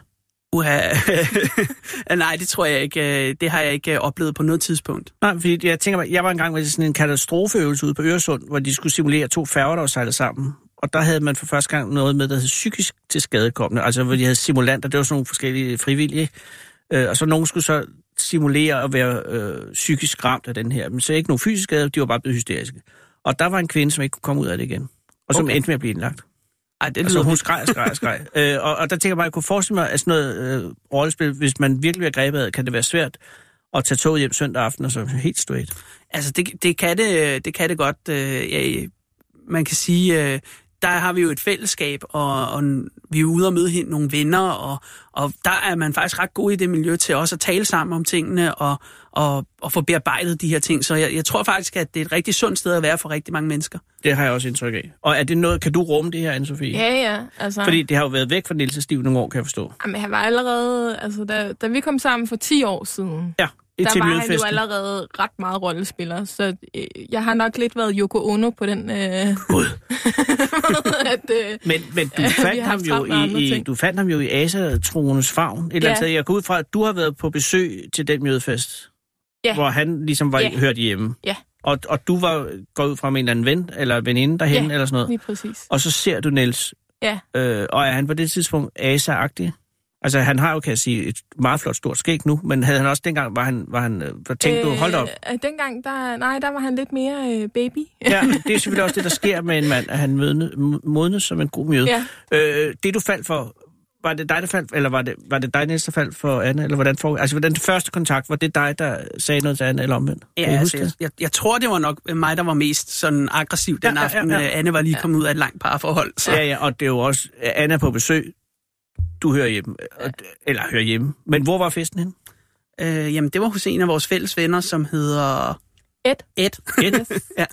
Speaker 6: Uha. [LAUGHS] Nej, det tror jeg ikke. øh, Det har jeg ikke øh, oplevet på noget tidspunkt.
Speaker 3: Nej, fordi jeg tænker, bare, jeg var engang med sådan en katastrofeøvelse ude på Øresund, hvor de skulle simulere to færger, der var sejlet sammen. Og der havde man for første gang noget med, der hed psykisk til skadekommende. Altså, hvor de havde simulanter, det var sådan nogle forskellige frivillige. Øh, og så nogen skulle så simulere at være øh, psykisk ramt af den her, men så ikke nogen fysisk skade, de var bare blevet hysteriske. Og der var en kvinde, som ikke kunne komme ud af det igen, og som
Speaker 6: Okay.
Speaker 3: okay. endte med at blive indlagt.
Speaker 6: Ej, det
Speaker 3: Det
Speaker 6: lyder
Speaker 3: altså,
Speaker 6: altså,
Speaker 3: hun skreg, skreg,
Speaker 6: [LAUGHS]
Speaker 3: skreg. øh, og, og der tænker jeg bare, at jeg kunne forestille mig, at sådan noget øh, rollespil, hvis man virkelig bliver grebet af, det, kan det være svært at tage toget hjem søndag aften, og så helt straight.
Speaker 6: Altså, det, det, kan det, det kan det godt. Øh, ja, man kan sige, øh, der har vi jo et fællesskab, og, og vi er ude og møde hin- nogle venner, og, og der er man faktisk ret god i det miljø til også at tale sammen om tingene, og, og, og få bearbejdet de her ting. Så jeg, jeg tror faktisk, at det er et rigtig sundt sted at være for rigtig mange mennesker.
Speaker 3: Det har jeg også indtryk af. Og er det noget, kan du rumme det her, Anne-Sophie?
Speaker 5: Ja, ja. Altså,
Speaker 3: Fordi det har jo været væk fra Nielsens liv nogle år, kan jeg forstå.
Speaker 5: jamen, han var allerede... Altså, da, da vi kom sammen for 10 år siden,
Speaker 3: Ja, et
Speaker 5: der
Speaker 3: til
Speaker 5: var han jo
Speaker 3: lydfesten.
Speaker 5: allerede ret meget rollespiller, så øh, jeg har nok lidt været Yoko Ono på den... Øh,
Speaker 3: God.
Speaker 5: [LAUGHS] at, øh,
Speaker 3: Men, men du,
Speaker 5: [LAUGHS] Vi har
Speaker 3: fandt
Speaker 5: haft
Speaker 3: ham jo
Speaker 5: travlt med andre
Speaker 3: i, i,
Speaker 5: ting.
Speaker 3: du fandt ham jo i Asatrones favn. Et eller
Speaker 5: Ja.
Speaker 3: andet sted. Jeg går ud fra, at du har været på besøg til den mødefest,
Speaker 5: Ja.
Speaker 3: hvor han ligesom var
Speaker 5: Ja.
Speaker 3: hørt hjemme.
Speaker 5: Ja.
Speaker 3: Og, og du var gået ud fra med en eller anden ven eller veninde derhen
Speaker 5: Ja.
Speaker 3: eller sådan noget.
Speaker 5: lige præcis.
Speaker 3: Og så ser du Niels.
Speaker 5: Ja.
Speaker 3: Øh, og er han på det tidspunkt Asa-agtig? Altså, han har jo, kan jeg sige, et meget flot stort skæg nu, men havde han også dengang, var han, var han, øh, hvor tænkte øh, du, hold da
Speaker 5: [LAUGHS]
Speaker 3: op.
Speaker 5: Øh, dengang, der, nej, der var han lidt mere øh, baby.
Speaker 3: Ja, det er selvfølgelig også det, der sker med en mand, at han mødne, modnes som en god mjød.
Speaker 5: ja.
Speaker 3: Øh, det du faldt for, var det dig, der faldt, eller var det, var det dig, Niels, der faldt for Anne, eller hvordan for, altså den første kontakt, var det dig, der sagde noget til Anne, eller omvendt? Kan I
Speaker 6: Ja,
Speaker 3: huske
Speaker 6: altså, jeg,
Speaker 3: det?
Speaker 6: jeg, jeg tror, det var nok mig, der var mest sådan aggressiv den
Speaker 3: Ja, ja, ja,
Speaker 6: aften.
Speaker 3: ja.
Speaker 6: Øh, Anne var lige kommet ud af et langt parforhold. Så.
Speaker 3: Ja, ja, og det er jo også, Anne er på besøg, du hører hjemme, og, eller hører hjemme, men hvor var festen henne?
Speaker 6: Øh, jamen, det var hos en af vores fælles venner, som hedder...
Speaker 5: Ed.
Speaker 6: Ed.
Speaker 3: Et.
Speaker 6: Ja.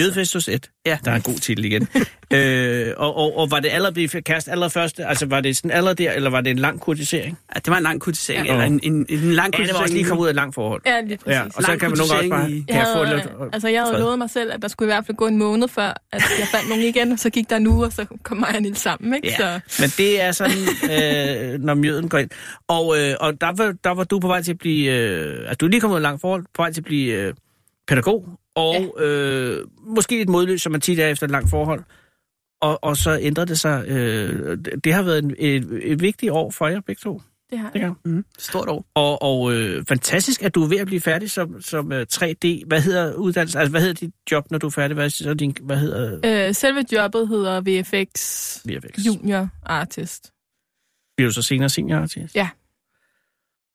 Speaker 3: Jødefest hos et.
Speaker 6: Ja.
Speaker 3: Der er en god titel
Speaker 6: [LAUGHS]
Speaker 3: igen. øh, og, og, og, var det allerede blevet kæreste allerede første? Altså, var det sådan allerede der, eller var det en lang kurtisering?
Speaker 6: Ja, det var en lang kutisering,
Speaker 3: Ja.
Speaker 6: ja. eller en, en, en lang
Speaker 3: Ja, det var
Speaker 6: kutisering.
Speaker 3: også lige kommet ud af et langt forhold.
Speaker 5: Ja, lige præcis.
Speaker 3: Ja, og så
Speaker 6: Lang
Speaker 3: kan man nogle gange også bare...
Speaker 6: kurtisering i-
Speaker 3: Kan jeg få
Speaker 5: havde,
Speaker 3: lidt...
Speaker 5: altså, jeg havde
Speaker 3: fred?
Speaker 5: lovet mig selv, at der skulle i hvert fald gå en måned før, at jeg fandt nogen igen, og så gik der nu, og så kom mig og Niels sammen, ikke?
Speaker 6: Ja.
Speaker 5: Så,
Speaker 3: Men det er sådan, øh, når mjøden går ind. Og, øh, og der, var, der var du på vej til at blive... Øh, altså, du er lige kommet ud af et langt forhold, på vej til at blive øh, pædagog, og øh, måske lidt modløs, som man tit er efter et langt forhold. Og, og så ændrer det sig. Øh, det- det har været en, et, et vigtigt år for jer begge to.
Speaker 5: det har
Speaker 3: Det
Speaker 5: jeg.
Speaker 3: kan.
Speaker 6: Mm, stort år.
Speaker 3: Og, og øh, fantastisk, at du er ved at blive færdig som, som øh, 3D. Hvad hedder uddannelse? Altså, hvad hedder dit job, når du er færdig? Hvad, er så din, hvad hedder...
Speaker 5: Øh, selve jobbet hedder VFX
Speaker 3: VFX?
Speaker 5: Junior Artist.
Speaker 3: bliver du så senere seniorartist.
Speaker 5: Ja.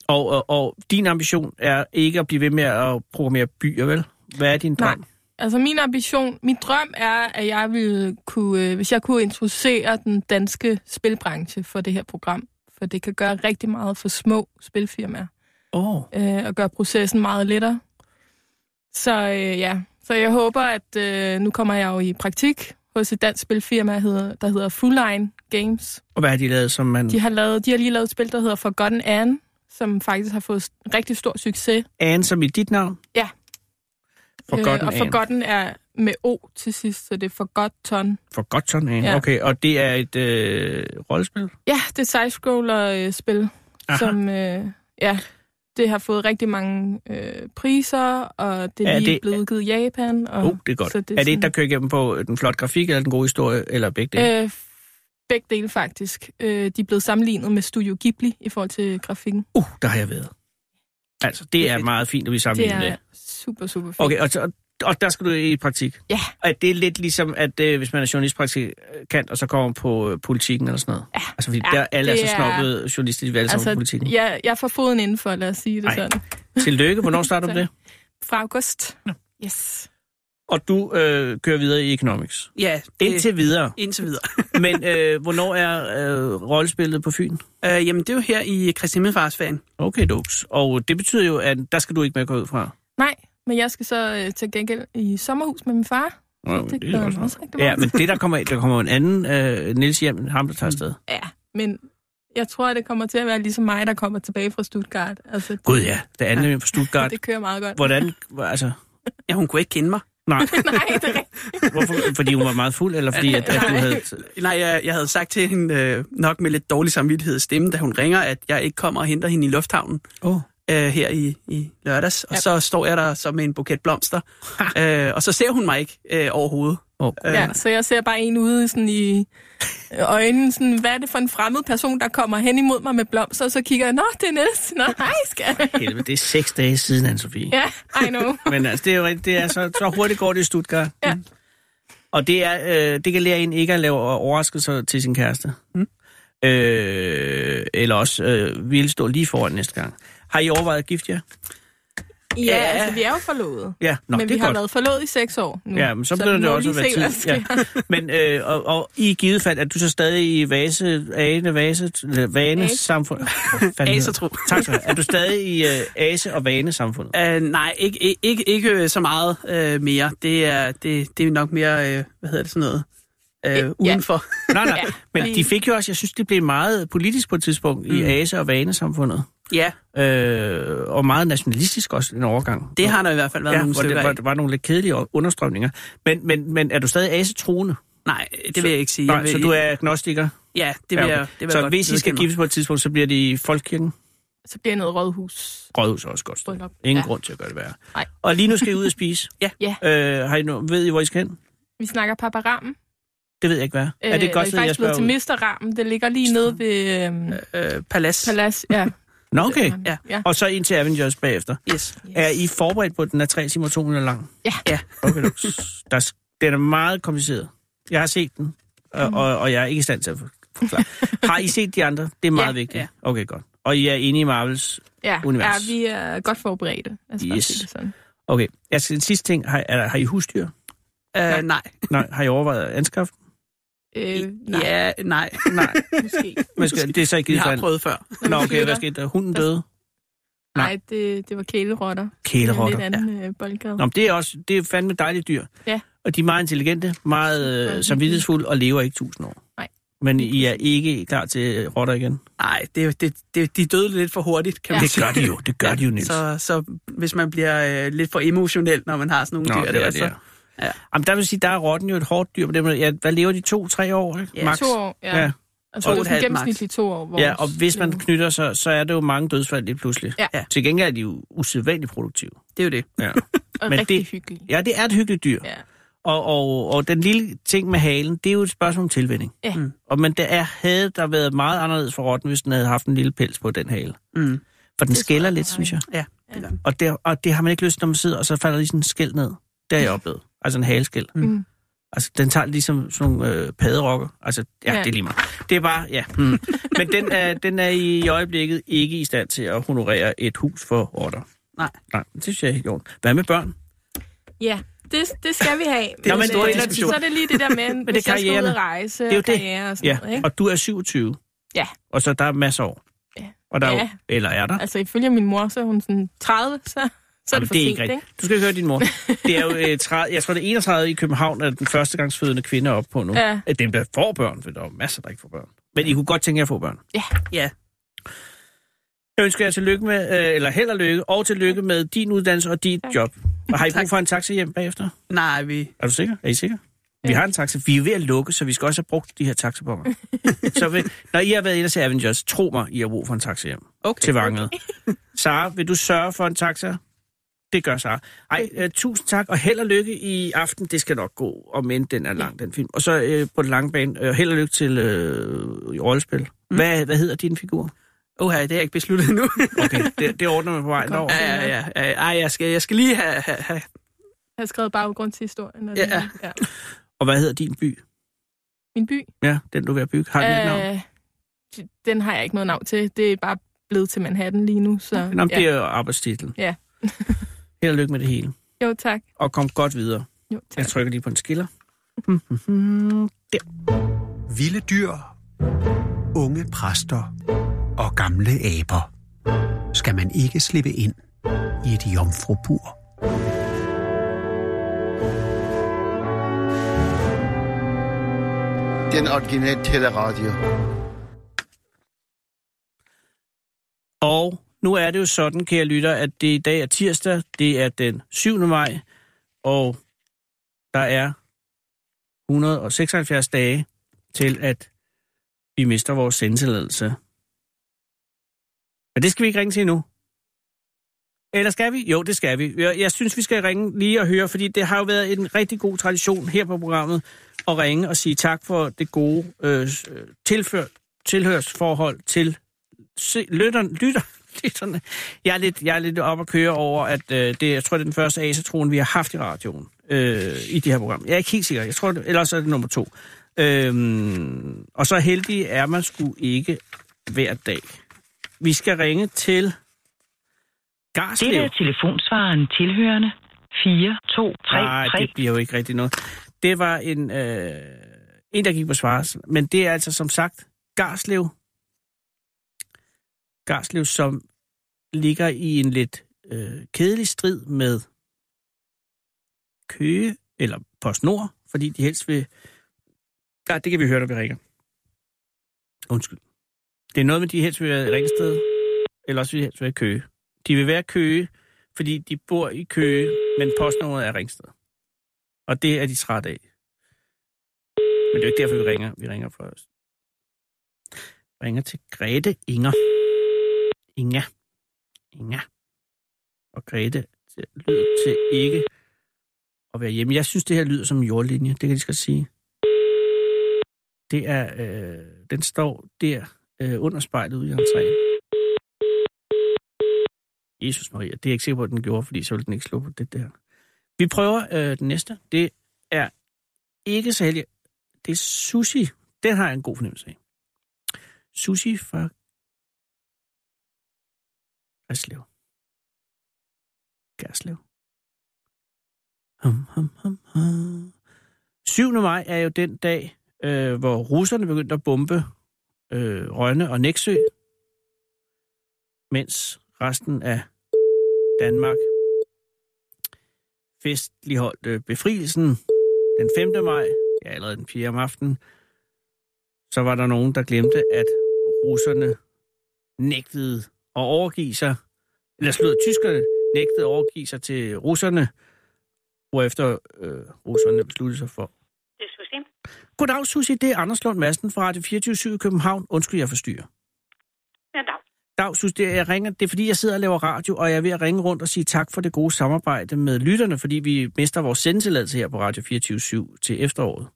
Speaker 3: Og, og, og din ambition er ikke at blive ved med at programmere byer, vel? Hvad er din drøm?
Speaker 5: Nej. Altså min ambition, min drøm er, at jeg ville kunne, øh, hvis jeg kunne introducere den danske spilbranche for det her program, for det kan gøre rigtig meget for små spilfirmaer.
Speaker 3: Oh.
Speaker 5: øh, og gøre processen meget lettere. Så øh, ja, så jeg håber, at øh, nu kommer jeg jo i praktik hos et dansk spilfirma, der hedder, der hedder Full Line Games.
Speaker 3: Og hvad har de lavet, som man...
Speaker 5: De har, lavet, de har lige lavet et spil, der hedder Forgotten Anne, som faktisk har fået s- rigtig stor succes.
Speaker 3: Anne, som i dit navn?
Speaker 5: Ja.
Speaker 3: Forgotten øh,
Speaker 5: og
Speaker 3: Anne.
Speaker 5: Forgotten er med O til sidst, så det er Forgotten.
Speaker 3: Forgotten Anne. Ja.
Speaker 5: Ja.
Speaker 3: Okay, og det er et øh, rollespil?
Speaker 5: Ja, det er side-scroller-spil,
Speaker 3: Aha.
Speaker 5: som øh, ja, det har fået rigtig mange øh, priser, og det er
Speaker 3: Er
Speaker 5: lige
Speaker 3: det-
Speaker 5: blevet udgivet i Japan. Og,
Speaker 3: Oh, det er godt.
Speaker 5: så
Speaker 3: Det er, er det
Speaker 5: sådan-
Speaker 3: et, der kører igennem på øh, den flotte grafik, eller den gode historie, eller begge dele?
Speaker 5: Øh, f- begge dele faktisk. Øh, de er blevet sammenlignet med Studio Ghibli i forhold til grafikken.
Speaker 3: Uh, der har jeg været. Altså, det er
Speaker 6: fedt.
Speaker 3: meget fint, at vi
Speaker 5: Øh. Det
Speaker 3: sammenligner det.
Speaker 5: er super, super fedt.
Speaker 3: Okay, og, så- og der skal du i praktik?
Speaker 5: Ja.
Speaker 3: At det er lidt ligesom, at øh, hvis man er journalistpraktikant, og så kommer på øh, politikken eller sådan noget. Ja. Altså, fordi ja,
Speaker 5: Ja,
Speaker 3: der alle er
Speaker 5: det
Speaker 3: så
Speaker 5: er-
Speaker 3: snobbede journalister, de vil alle altså, sammen på politikken. Ja.
Speaker 5: jeg, jeg får foden indenfor, lad os sige det
Speaker 3: Ej.
Speaker 5: Ej. sådan.
Speaker 3: Tillykke, hvornår starter du
Speaker 5: Tak.
Speaker 3: det?
Speaker 5: Fra august. Yes.
Speaker 3: Og du øh, kører videre i economics.
Speaker 6: Ja, det,
Speaker 3: Indtil videre.
Speaker 6: indtil videre.
Speaker 3: Men øh, hvornår er øh, rollespillet på Fyn?
Speaker 6: Øh, jamen, det er jo her i Kristi Himmelfartsferien.
Speaker 3: Okay, dogs. Og det betyder jo, at der skal du ikke med at gå ud fra.
Speaker 5: Nej, men jeg skal så øh, til gengæld i sommerhus med min far.
Speaker 3: Nå,
Speaker 5: det
Speaker 3: er
Speaker 5: glæder
Speaker 3: også
Speaker 5: mig også rigtig
Speaker 3: Ja,
Speaker 5: meget.
Speaker 3: men det, der kommer, der kommer en anden øh, Nils hjem, end ham, der tager afsted.
Speaker 5: Ja, men jeg tror, at det kommer til at være ligesom mig, der kommer tilbage fra Stuttgart. Altså, det,
Speaker 3: Gud ja, det andet hjem fra Stuttgart.
Speaker 5: [LAUGHS] Det kører meget godt.
Speaker 3: Hvordan, altså,
Speaker 6: Ja, hun kunne ikke kende mig.
Speaker 3: nej.
Speaker 5: [LAUGHS] Nej, det er rigtigt.
Speaker 3: Hvorfor? Fordi hun var meget fuld, eller fordi at, at du
Speaker 5: Nej.
Speaker 3: havde...
Speaker 6: Nej, jeg, jeg havde sagt til hende øh, nok med lidt dårlig samvittighed i stemmen, da hun ringer, at jeg ikke kommer og henter hende i lufthavnen
Speaker 3: Åh. Oh.
Speaker 6: øh, her i, i lørdags. Og
Speaker 5: Ja.
Speaker 6: så står jeg der så med en buket
Speaker 3: [LAUGHS]
Speaker 6: blomster, øh, og så ser hun mig ikke øh, overhovedet.
Speaker 3: Oh,
Speaker 6: Øh,
Speaker 5: Ja, så jeg ser bare en ude sådan i, øjnene, sådan, hvad er det for en fremmed person, der kommer hen imod mig med blomster, og så kigger jeg, nå, det er Niels,
Speaker 3: [LAUGHS]
Speaker 5: nå, hej skat.
Speaker 3: Helvede, det er seks dage siden, Anne-Sophie.
Speaker 5: Ja, I know.
Speaker 3: Men altså, det er jo rigtigt. Det er så, så hurtigt går det i Stuttgart.
Speaker 5: Ja.
Speaker 3: Mm. Og det, er, øh, det kan lære en ikke at lave overraskelser til sin kæreste. Mm. Øh, eller også øh, vil stå lige foran næste gang. Har I overvejet at gifte jer?
Speaker 5: Ja, altså, vi er jo forlovet.
Speaker 3: Ja, nå,
Speaker 5: men
Speaker 3: det
Speaker 5: vi
Speaker 3: er
Speaker 5: har
Speaker 3: godt.
Speaker 5: været forlovet i seks år
Speaker 6: Mm.
Speaker 5: nu.
Speaker 3: Ja, men så bliver det
Speaker 5: må
Speaker 3: også
Speaker 5: vi
Speaker 3: være
Speaker 5: se, hvad
Speaker 3: tid.
Speaker 5: der
Speaker 3: Ja.
Speaker 5: sker.
Speaker 3: [LAUGHS] Men, øh, og, og, i givet fald, er du så stadig i vase, ane, vase, eller vane
Speaker 5: Ase.
Speaker 3: samfund? [LAUGHS] Hvad fanden
Speaker 6: Asertro.
Speaker 3: hedder det? Tak skal du have. Er du stadig i øh, ase- og vane
Speaker 6: [LAUGHS]
Speaker 3: samfundet?
Speaker 6: Uh, nej, ikke, ikke- ikke, ikke øh, så meget uh, mere. Det er, det, det er nok mere, uh, hvad hedder det sådan noget, uh,
Speaker 5: ja.
Speaker 6: udenfor. [LAUGHS]
Speaker 3: Nej, nej.
Speaker 5: Ja.
Speaker 3: Men de fik jo også, jeg synes, det blev meget politisk på et tidspunkt mm. i
Speaker 6: Mm.
Speaker 3: ase- og vanesamfundet.
Speaker 6: Ja,
Speaker 3: Øh, og meget nationalistisk også en overgang.
Speaker 6: det har der i hvert fald været
Speaker 3: ja,
Speaker 6: nogle
Speaker 3: hvor det,
Speaker 6: stykker
Speaker 3: var,
Speaker 6: af.
Speaker 3: der var nogle lidt kedelige understrømninger. Men, men, men er du stadig asetroende?
Speaker 6: Nej, det vil jeg ikke sige.
Speaker 3: Nej,
Speaker 6: Jeg vil,
Speaker 3: så du er agnostiker?
Speaker 6: Ja, det vil,
Speaker 3: Ja, okay.
Speaker 6: jeg, det vil jeg
Speaker 3: Så
Speaker 6: godt
Speaker 3: hvis I skal
Speaker 6: vedkende mig.
Speaker 3: giftes på et tidspunkt, så bliver det i Folkekirken?
Speaker 5: Så bliver jeg noget rådhus.
Speaker 3: Rådhus er også godt sted.
Speaker 5: Bryllup.
Speaker 3: Ingen ja.
Speaker 5: Ja.
Speaker 3: grund til at gøre det værre.
Speaker 5: Nej.
Speaker 3: Og lige nu skal I ud og spise.
Speaker 6: Ja.
Speaker 5: Ja.
Speaker 3: Øh, har I no- ved I, hvor I skal hen?
Speaker 5: Vi snakker paparammen.
Speaker 3: Det ved jeg ikke, hvad. er. er det et godt
Speaker 5: det
Speaker 3: sted,
Speaker 5: er
Speaker 3: jeg
Speaker 5: Øh, faktisk blevet
Speaker 3: spørger
Speaker 5: til
Speaker 3: ud?
Speaker 5: Misterrammen. Det ligger lige nede ved øhm,
Speaker 6: Øh, palads.
Speaker 5: Palads. Ja.
Speaker 3: Nå, okay.
Speaker 5: ja. ja.
Speaker 3: Og så ind til Avengers bagefter.
Speaker 6: Yes.
Speaker 3: Er I forberedt på, at den er 3 timer og 2 minutter lang?
Speaker 5: Ja.
Speaker 6: Ja.
Speaker 3: Okay, nu. der, er s- den er meget kompliceret. Jeg har set den, og, og, og jeg er ikke i stand til at for- forklare. Har I set de andre? Det er meget
Speaker 5: Ja.
Speaker 3: vigtigt.
Speaker 6: Ja.
Speaker 3: Okay, godt. Og I er enige i Marvels...
Speaker 5: ja. ja,
Speaker 3: Univers.
Speaker 5: vi er godt forberedte. Altså, yes.
Speaker 3: Yes.
Speaker 5: sige det sådan.
Speaker 3: Okay, jeg skal den sidste ting. Har, er, der- har I husdyr?
Speaker 6: Øh, nej.
Speaker 3: Nej, har I overvejet at anskaffe? dem?
Speaker 5: Øh, nej, ja.
Speaker 6: Ja,
Speaker 3: [LAUGHS]
Speaker 6: nej.
Speaker 3: Nej,
Speaker 5: måske.
Speaker 3: men skal, det er så ikke
Speaker 6: Vi
Speaker 3: givet
Speaker 6: har
Speaker 3: fald.
Speaker 6: prøvet før.
Speaker 3: Nå,
Speaker 5: Når vi
Speaker 3: okay,
Speaker 5: flytter.
Speaker 3: hvad skete der? Hunden døde? Nej.
Speaker 5: Nej, det, det var kælerotter.
Speaker 3: Kælerotter.
Speaker 5: Det er en lidt anden øh, boldgade.
Speaker 3: Nå, men det er også det er fandme dejlige dyr.
Speaker 5: Ja.
Speaker 3: Og de er meget intelligente, meget øh, samvittighedsfulde og lever ikke tusind år.
Speaker 5: Nej.
Speaker 3: Men I er ikke klar til øh, rotter igen?
Speaker 6: Nej, det, det, det, de døde lidt for hurtigt, kan man
Speaker 3: Det
Speaker 6: sige.
Speaker 3: gør de jo, det gør de jo, Niels.
Speaker 6: Så, så hvis man bliver øh, lidt for emotionel, når man har sådan nogle
Speaker 3: Nå,
Speaker 6: dyr
Speaker 3: det er
Speaker 6: der,
Speaker 3: det,
Speaker 6: så...
Speaker 3: ja.
Speaker 6: Ja.
Speaker 3: Jamen, der vil sige, der er rotten jo et hårdt dyr på det. måde. Ja, hvad lever de? To-tre år, ikke?
Speaker 6: Ja,
Speaker 3: Max?
Speaker 5: To år, ja.
Speaker 3: Ja.
Speaker 5: ja. Altså,
Speaker 6: Og
Speaker 5: det
Speaker 6: et
Speaker 5: er sådan
Speaker 6: halvt max.
Speaker 5: gennemsnitligt to år. Vores
Speaker 3: ja, og hvis man
Speaker 5: levetid.
Speaker 3: knytter sig, så er det jo mange dødsfald lige pludselig.
Speaker 5: Mm. Ja.
Speaker 6: Ja.
Speaker 3: Til gengæld er de jo usædvanligt produktive.
Speaker 6: Det er jo det.
Speaker 3: Ja.
Speaker 5: Og
Speaker 3: men
Speaker 5: rigtig
Speaker 3: det-
Speaker 5: hyggeligt.
Speaker 3: ja, det er et hyggeligt dyr.
Speaker 5: Ja.
Speaker 3: Og, og, og den lille ting med halen, det er jo et spørgsmål om tilvænning.
Speaker 5: Ja.
Speaker 6: Mm.
Speaker 3: Og, men det er, havde der været meget anderledes for rotten, hvis den havde haft en lille pels på den hale.
Speaker 6: Mm.
Speaker 3: For den
Speaker 5: Det tror
Speaker 3: skælder
Speaker 5: jeg,
Speaker 3: lidt,
Speaker 5: den har.
Speaker 3: synes jeg.
Speaker 6: Ja,
Speaker 5: Ja.
Speaker 6: det gør den.
Speaker 3: Og det, og det har man ikke lyst til, når man sidder, og så falder lige sådan en skæld ned. Det har jeg oplevet. Altså en haleskæld.
Speaker 5: Mm.
Speaker 3: Altså, den tager ligesom sådan nogle øh, paderokker. Altså, ja, ja,
Speaker 5: Ja.
Speaker 3: det er lige meget. Det er bare, ja. Mm. Men den er, den er i, i øjeblikket ikke i stand til at honorere et hus for rotter.
Speaker 6: Nej.
Speaker 3: Nej, det synes jeg ikke, Jon. Hvad med børn?
Speaker 5: Ja, det, det skal vi have.
Speaker 3: er en
Speaker 5: Men,
Speaker 3: stor
Speaker 5: øh,
Speaker 3: diskussion.
Speaker 5: Så er det lige det der
Speaker 3: [LAUGHS]
Speaker 5: med, men
Speaker 3: det
Speaker 5: hvis
Speaker 3: er
Speaker 5: jeg skal ud
Speaker 3: karrieren.
Speaker 5: og rejse
Speaker 3: Det er jo
Speaker 5: og
Speaker 3: det.
Speaker 5: karriere og sådan
Speaker 3: Ja,
Speaker 5: ja. noget. Ikke?
Speaker 3: og du er 27.
Speaker 5: Ja.
Speaker 3: Og så der er masser af år.
Speaker 5: Ja.
Speaker 3: Og der er, jo-
Speaker 5: Ja.
Speaker 3: Eller er der?
Speaker 5: Altså ifølge min mor, så er hun sådan 30, så, så er
Speaker 3: Jamen,
Speaker 5: det for
Speaker 3: det er
Speaker 5: sent,
Speaker 3: ikke rigtigt. Du skal ikke høre
Speaker 5: [LAUGHS]
Speaker 3: din mor. Det er jo, øh, 30, jeg tror, det er 31 i København, at den førstegangsfødende kvinde er oppe på nu.
Speaker 5: Ja.
Speaker 3: At Dem, der får børn, for der er jo masser, der ikke får børn. Men I kunne godt tænke jer at få børn.
Speaker 6: Ja,
Speaker 3: Jeg ønsker jer tillykke med, øh, eller held og lykke, og tillykke med din uddannelse og dit
Speaker 5: [LAUGHS] Tak.
Speaker 3: job. Og har I brug
Speaker 6: Tak.
Speaker 3: for en taxa hjem bagefter?
Speaker 6: nej, vi...
Speaker 3: Er du sikker? Er I sikker? Vi har en taxa. Vi er ved at lukke, så vi skal også have brugt de her taxabonger. så ved, når I har været inde til Avengers, tro mig, I har brug for en taxa hjem.
Speaker 6: Okay.
Speaker 3: Til Vangel. Sara, vil du sørge for en taxa? Det gør Sara.
Speaker 5: [LAUGHS]
Speaker 3: Ej, øh, tusind tak, og held og lykke i aften. Det skal nok gå, om end den er lang, den film. Og så øh, på den lange bane, øh, held og lykke til øh, i rollespil. Hvad, hvad hedder din figur?
Speaker 6: Åh, Mm. det har jeg ikke besluttet endnu.
Speaker 5: [LAUGHS]
Speaker 3: Okay, det, det ordner man på vejen derover.
Speaker 6: ja, ja, ja, ja. Ej, jeg skal, jeg skal lige have... have, have.
Speaker 5: Jeg har skrevet baggrund til historien. Og
Speaker 6: Ja.
Speaker 5: det, ja.
Speaker 3: Og hvad hedder din by?
Speaker 5: Min by,
Speaker 3: Ja, den du er ved at bygge. Har den øh, et navn?
Speaker 5: øh, den har jeg ikke noget navn til. Det er bare blevet til Manhattan lige nu. Så,
Speaker 3: Nå, men
Speaker 5: ja.
Speaker 3: det er jo arbejdstitlen.
Speaker 5: Ja.
Speaker 3: held og lykke med det hele.
Speaker 5: Jo, tak.
Speaker 3: Og kom godt videre.
Speaker 5: Jo, tak.
Speaker 3: Jeg trykker lige på en skiller.
Speaker 1: Vilde dyr, unge præster og gamle aber skal man ikke slippe ind i et jomfrubur.
Speaker 4: Den originale teleradio.
Speaker 3: Og nu er det jo sådan, kære lytter, at det i dag er tirsdag. Det er den 7. maj. Og der er 176 dage til, at vi mister vores sendtilladelse. Men det skal vi ikke ringe til nu. Eller skal vi? Jo, det skal vi. Jeg, jeg synes, vi skal ringe lige og høre, fordi det har jo været en rigtig god tradition her på programmet at ringe og sige tak for det gode øh, s- øh, tilfør, tilhørsforhold til se, lytterne. Lytter, [LAUGHS] lytterne. Jeg, er lidt, jeg er lidt op at køre over, at øh, det, jeg tror, det er den første asatron, vi har haft i radioen øh, i det her program. Jeg er ikke helt sikker. Jeg tror, det, ellers er det nummer to. Øhm, og så heldig er man sgu ikke hver dag. Vi skal ringe til Garslev.
Speaker 7: Dette er telefonsvaren tilhørende 4 2 3
Speaker 3: Nej,
Speaker 7: 3.
Speaker 3: Ah, det bliver jo ikke rigtig noget. Det var en, øh, en der gik på svares, men det er altså som sagt Garslev. Garslev, som ligger i en lidt øh, kedelig strid med Køge eller PostNord, fordi de helst vil... Ja, det kan vi høre, når vi ringer. Undskyld. Det er noget med, de helst vil være Ringsted, eller også vil de helst være Køge. De vil være Køge, fordi de bor i Køge, men postnummeret er Ringsted. Og det er de trætte af. Men det er jo ikke derfor, vi ringer. Vi ringer for os. ringer til Grete Inger. Inga. Inga. Og Grete til- lyder til ikke at være hjemme. Jeg synes, det her lyder som en jordlinje. Det kan jeg lige skal sige. Det er, øh, den står der øh, under spejlet ude i entréen. Jesus Maria, det er jeg ikke sikker på, at den gjorde, fordi så ville den ikke slå på det der. Vi prøver øh, den næste. Det er ikke så heldig. Det er sushi. Den har jeg en god fornemmelse af. Sushi fra Græslev. Græslev. Hum, hum, hum, hum. 7. maj er jo den dag, øh, hvor russerne begyndte at bombe øh, Rønne og Næksø, mens resten af Danmark festligholdt øh, befrielsen den 5. maj, ja, allerede den 4. om aftenen, så var der nogen, der glemte, at russerne nægtede at overgive sig, eller slået tyskerne nægtede at overgive sig til russerne, hvorefter øh, russerne besluttede sig for.
Speaker 8: Det er Susie.
Speaker 3: Goddag, Susi, det er Anders Lund Madsen fra Radio 24 i København. Undskyld, jeg forstyrrer.
Speaker 8: Ja, dag.
Speaker 3: Dag, synes det, er- jeg ringer, det er fordi, jeg sidder og laver radio, og jeg er ved at ringe rundt og sige tak for det gode samarbejde med lytterne, fordi vi mister vores sendetilladelse her på Radio 24 til efteråret.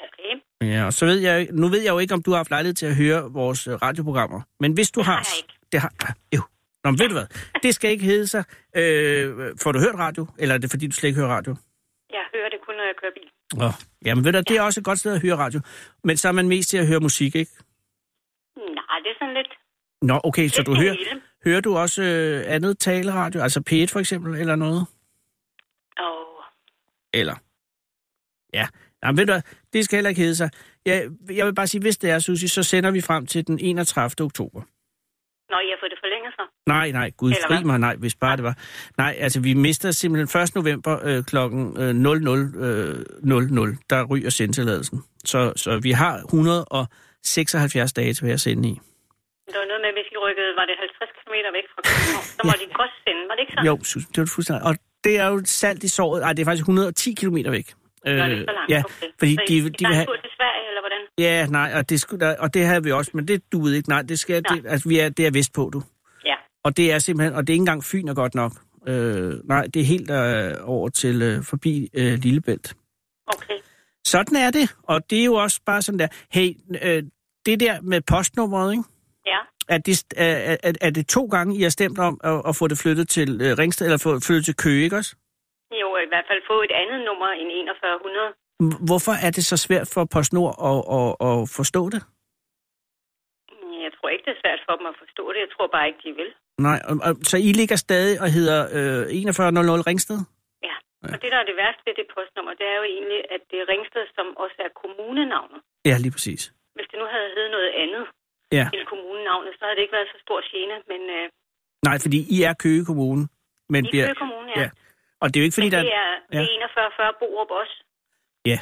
Speaker 8: Okay.
Speaker 3: Ja, og så ved jeg, jo- nu ved jeg jo ikke, om du har haft lejlighed til at høre vores øh, radioprogrammer, men hvis du har...
Speaker 8: har jeg ikke.
Speaker 3: Det har ah, jo. Nå, men ved du hvad? Det skal ikke hedde sig. Øh, får du hørt radio, eller er det fordi, du slet ikke hører radio?
Speaker 8: Jeg hører det kun, når jeg kører bil.
Speaker 3: Nå. Jamen ved du, det er også et godt sted at høre radio, men så er man mest til at høre musik, ikke?
Speaker 8: Nej, det er sådan lidt...
Speaker 3: Nå, okay, så
Speaker 8: lidt
Speaker 3: du
Speaker 8: det
Speaker 3: hører,
Speaker 8: hele.
Speaker 3: hører du også øh, andet taleradio, altså P1 for eksempel, eller noget?
Speaker 8: Og
Speaker 3: Eller? Ja. Jamen, ved du hvad? Det skal heller ikke hedde sig. Jeg, jeg vil bare sige, hvis det er, Susi, så sender vi frem til den 31. oktober.
Speaker 8: når jeg har fået det forlænget så.
Speaker 3: Nej, nej, gud
Speaker 8: Eller
Speaker 3: fri
Speaker 8: hvad?
Speaker 3: mig, nej, hvis bare det var. Nej, altså vi mister simpelthen 1. november øh, kl. 00.00, øh, 00, der ryger sendtilladelsen. Så, så vi har 176 dage til at sende i.
Speaker 8: Det var noget med, hvis I rykkede, var det 50 km væk fra København, så må de godt sende. Var det ikke sådan?
Speaker 3: Jo, Sus, det er du fuldstændig. Og det er jo et salt i såret. Nej, det er faktisk 110 km væk. Øh,
Speaker 8: Nå, det er så langt.
Speaker 3: ja,
Speaker 8: okay.
Speaker 3: fordi
Speaker 8: så I,
Speaker 3: de,
Speaker 8: I
Speaker 3: de
Speaker 8: tager
Speaker 3: vil
Speaker 8: en
Speaker 3: have...
Speaker 8: tur til Sverige, eller hvordan?
Speaker 3: Ja, nej, og det, skulle, og det havde vi også, men det duede ikke. Nej, det, skal,
Speaker 8: Nej.
Speaker 3: det, altså, vi er, det er vest på, du.
Speaker 8: Ja.
Speaker 3: Og det er simpelthen, og det er ikke engang Fyn er godt nok. Øh, nej, det er helt øh, over til øh, forbi øh, Lillebælt.
Speaker 8: Okay.
Speaker 3: Sådan er det, og det er jo også bare sådan der. Hey, øh, det der med postnummeret, ikke?
Speaker 8: Ja.
Speaker 3: Er det, er, er, er det to gange, I har stemt om at, at få det flyttet til øh, Ringsted, eller få flyttet til Køge, ikke også?
Speaker 8: Jo, i hvert fald få et andet nummer end 4100.
Speaker 3: H- Hvorfor er det så svært for PostNord at, at, at forstå det?
Speaker 8: Jeg tror ikke, det er svært for dem at forstå det. Jeg tror bare ikke, de vil.
Speaker 3: Nej, og, og, så I ligger stadig og hedder øh, 4100 Ringsted?
Speaker 8: Og det, der er det værste ved det postnummer, det er jo egentlig, at det er Ringsted, som også er kommunenavnet.
Speaker 3: Ja, lige præcis.
Speaker 8: Hvis det nu havde heddet noget andet
Speaker 3: Ja.
Speaker 8: end kommunenavnet, så havde det ikke været så stor gene, men øh,
Speaker 3: Nej, fordi I er Køge Kommune. Men
Speaker 8: i
Speaker 3: bliver,
Speaker 8: Køge Kommune, ja.
Speaker 3: ja. Og det er jo ikke, fordi
Speaker 8: Men
Speaker 3: der...
Speaker 8: det er,
Speaker 3: ja.
Speaker 8: det er 4140 Borup også.
Speaker 3: Ja.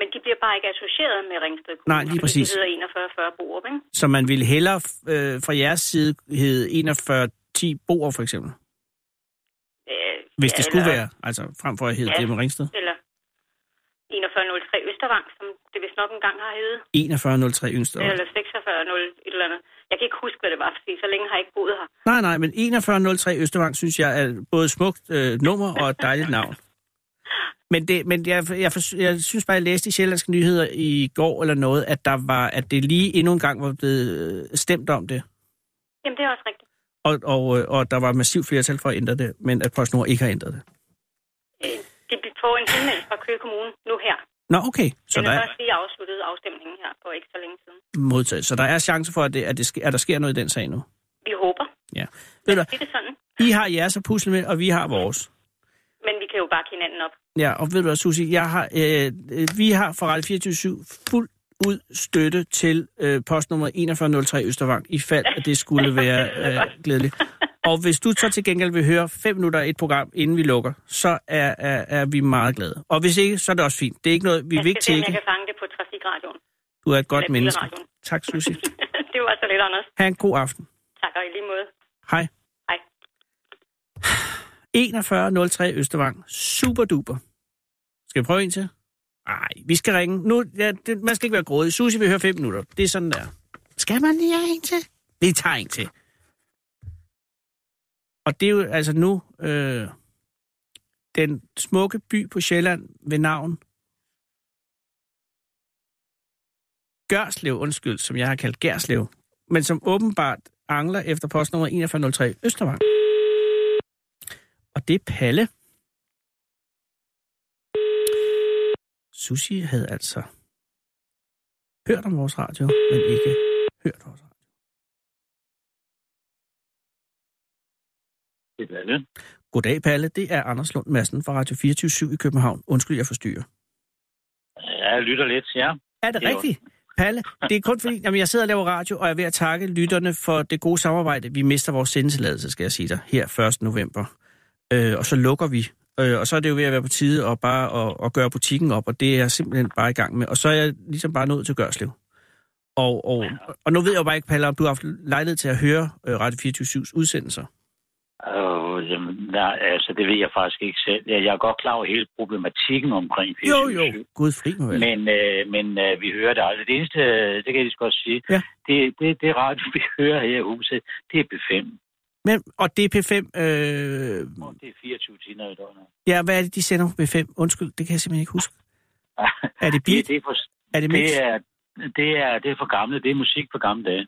Speaker 8: Men de bliver bare ikke associeret med Ringsted Kommune.
Speaker 3: Nej, lige
Speaker 8: fordi
Speaker 3: præcis.
Speaker 8: De hedder 4140 Borup, ikke?
Speaker 3: Så man ville hellere øh, fra jeres side hedde 4110 Boer, for eksempel.
Speaker 8: Øh,
Speaker 3: Hvis
Speaker 8: ja,
Speaker 3: ja, det skulle
Speaker 8: eller-
Speaker 3: være, altså frem for at hedde ja.
Speaker 8: Ja.
Speaker 3: det med Ringsted.
Speaker 8: Eller 4103 Østervang, som det vist nok engang har heddet.
Speaker 3: 4103 Yngstad.
Speaker 8: Eller 46 et eller andet. Jeg kan ikke huske, hvad det var, fordi så længe har jeg ikke boet her.
Speaker 3: Nej, nej, men 4103 Østervang synes jeg er både et smukt øh, nummer og et dejligt navn. Men, det, men jeg, jeg, for, jeg synes bare, jeg læste i Sjællandske Nyheder i går eller noget, at, der var, at det lige endnu en gang var blevet øh, stemt om det,
Speaker 8: Jamen, det er også rigtigt.
Speaker 3: og, og, øh, og der var massivt flertal for at ændre det, men at PostNord ikke har ændret det.
Speaker 8: Øh, De får en henvendelse fra Køge Kommune nu her.
Speaker 3: Nå, okay. Så
Speaker 8: Den
Speaker 3: der
Speaker 8: er
Speaker 3: er,
Speaker 8: først lige afsluttet afstemningen her for ikke så længe siden.
Speaker 3: modtaget. Så der er chance for, at, det, at, det, sker- at der sker noget i den sag nu.
Speaker 8: Vi håber.
Speaker 3: Ja. Ved
Speaker 8: Men
Speaker 3: du,
Speaker 8: det er det sådan.
Speaker 3: I har jeres at pusle med, og vi har vores.
Speaker 8: Men vi kan jo bare kende hinanden op.
Speaker 3: Ja, og ved du hvad, Susi, jeg har, øh, øh, vi har fra Radio 24 fuld ud støtte til øh, postnummer 4103 Østervang, i fald at det skulle være øh, glædeligt. Og hvis du så til gengæld vil høre 5 minutter af et program, inden vi lukker, så er, er, er vi meget glade. Og hvis ikke, så er det også fint. Det er ikke noget, vi
Speaker 8: Jeg
Speaker 3: vil ikke
Speaker 8: skal se, om jeg
Speaker 3: tække.
Speaker 8: kan fange det på trafikradioen.
Speaker 3: Du er et godt
Speaker 8: Eller
Speaker 3: menneske.
Speaker 8: bilradioen. [LAUGHS]
Speaker 3: Tak, Susi.
Speaker 8: det var så lidt, Anders.
Speaker 3: Ha' en god aften.
Speaker 8: Tak, og i lige måde.
Speaker 3: Hej.
Speaker 8: Hej.
Speaker 3: 4103 [SIGHS] Østervang. Super duper. Skal vi prøve en til? Nej, vi skal ringe. Nu, ja, det, man skal ikke være grådig. Susi vil høre 5 minutter. Det er sådan der. Skal man lige have en til? Vi tager en til. Og det er jo altså nu øh, den smukke by på Sjælland ved navn Gørslev, undskyld, som jeg har kaldt Gærslev, men som åbenbart angler efter postnummer 4103 Østervang. Og det er Palle. Sushi havde altså hørt om vores radio, men ikke hørt vores radio.
Speaker 7: Det er Palle.
Speaker 3: Goddag, Palle. Det er Anders Lund Madsen fra Radio 24 i København. Undskyld, jeg forstyrrer.
Speaker 7: Ja, jeg lytter lidt, ja.
Speaker 3: Er det
Speaker 7: Jo.
Speaker 3: rigtigt? Palle, det er kun fordi, jamen, jeg sidder og laver radio, og jeg er ved at takke lytterne for det gode samarbejde. Vi mister vores sendetilladelse, skal jeg sige dig, her 1. november. Øh, og så lukker vi. Øh, og så er det jo ved at være på tide og bare at, at gøre butikken op, og det er jeg simpelthen bare i gang med. Og så er jeg ligesom bare nået til Gørslev. Og, og, og nu ved jeg jo bare ikke, Palle, om du har haft lejlighed til at høre øh, Radio 24-7's udsendelser.
Speaker 7: Øh, jamen, nej, altså, det ved jeg faktisk ikke selv. Jeg jeg er godt klar over hele problematikken omkring 24/7.
Speaker 3: Jo, jo. Gud fri mig vel.
Speaker 7: Men, øh, men øh, vi hører det aldrig. Det eneste, øh, det kan jeg lige så godt sige,
Speaker 3: Ja.
Speaker 7: det, det, det radio, [LAUGHS] vi hører her i huset, det er B5.
Speaker 3: Men, og det er P5. Øh,
Speaker 7: Og det er 24 timer i døgnet.
Speaker 3: ja, hvad er det, de sender på P5? Undskyld, det kan jeg simpelthen ikke huske. Er det beat?
Speaker 7: Det, Ah. [LAUGHS] det, er for,
Speaker 3: Er det mix?
Speaker 7: det, er, det, er, det er for gamle. Det er musik for gamle dage.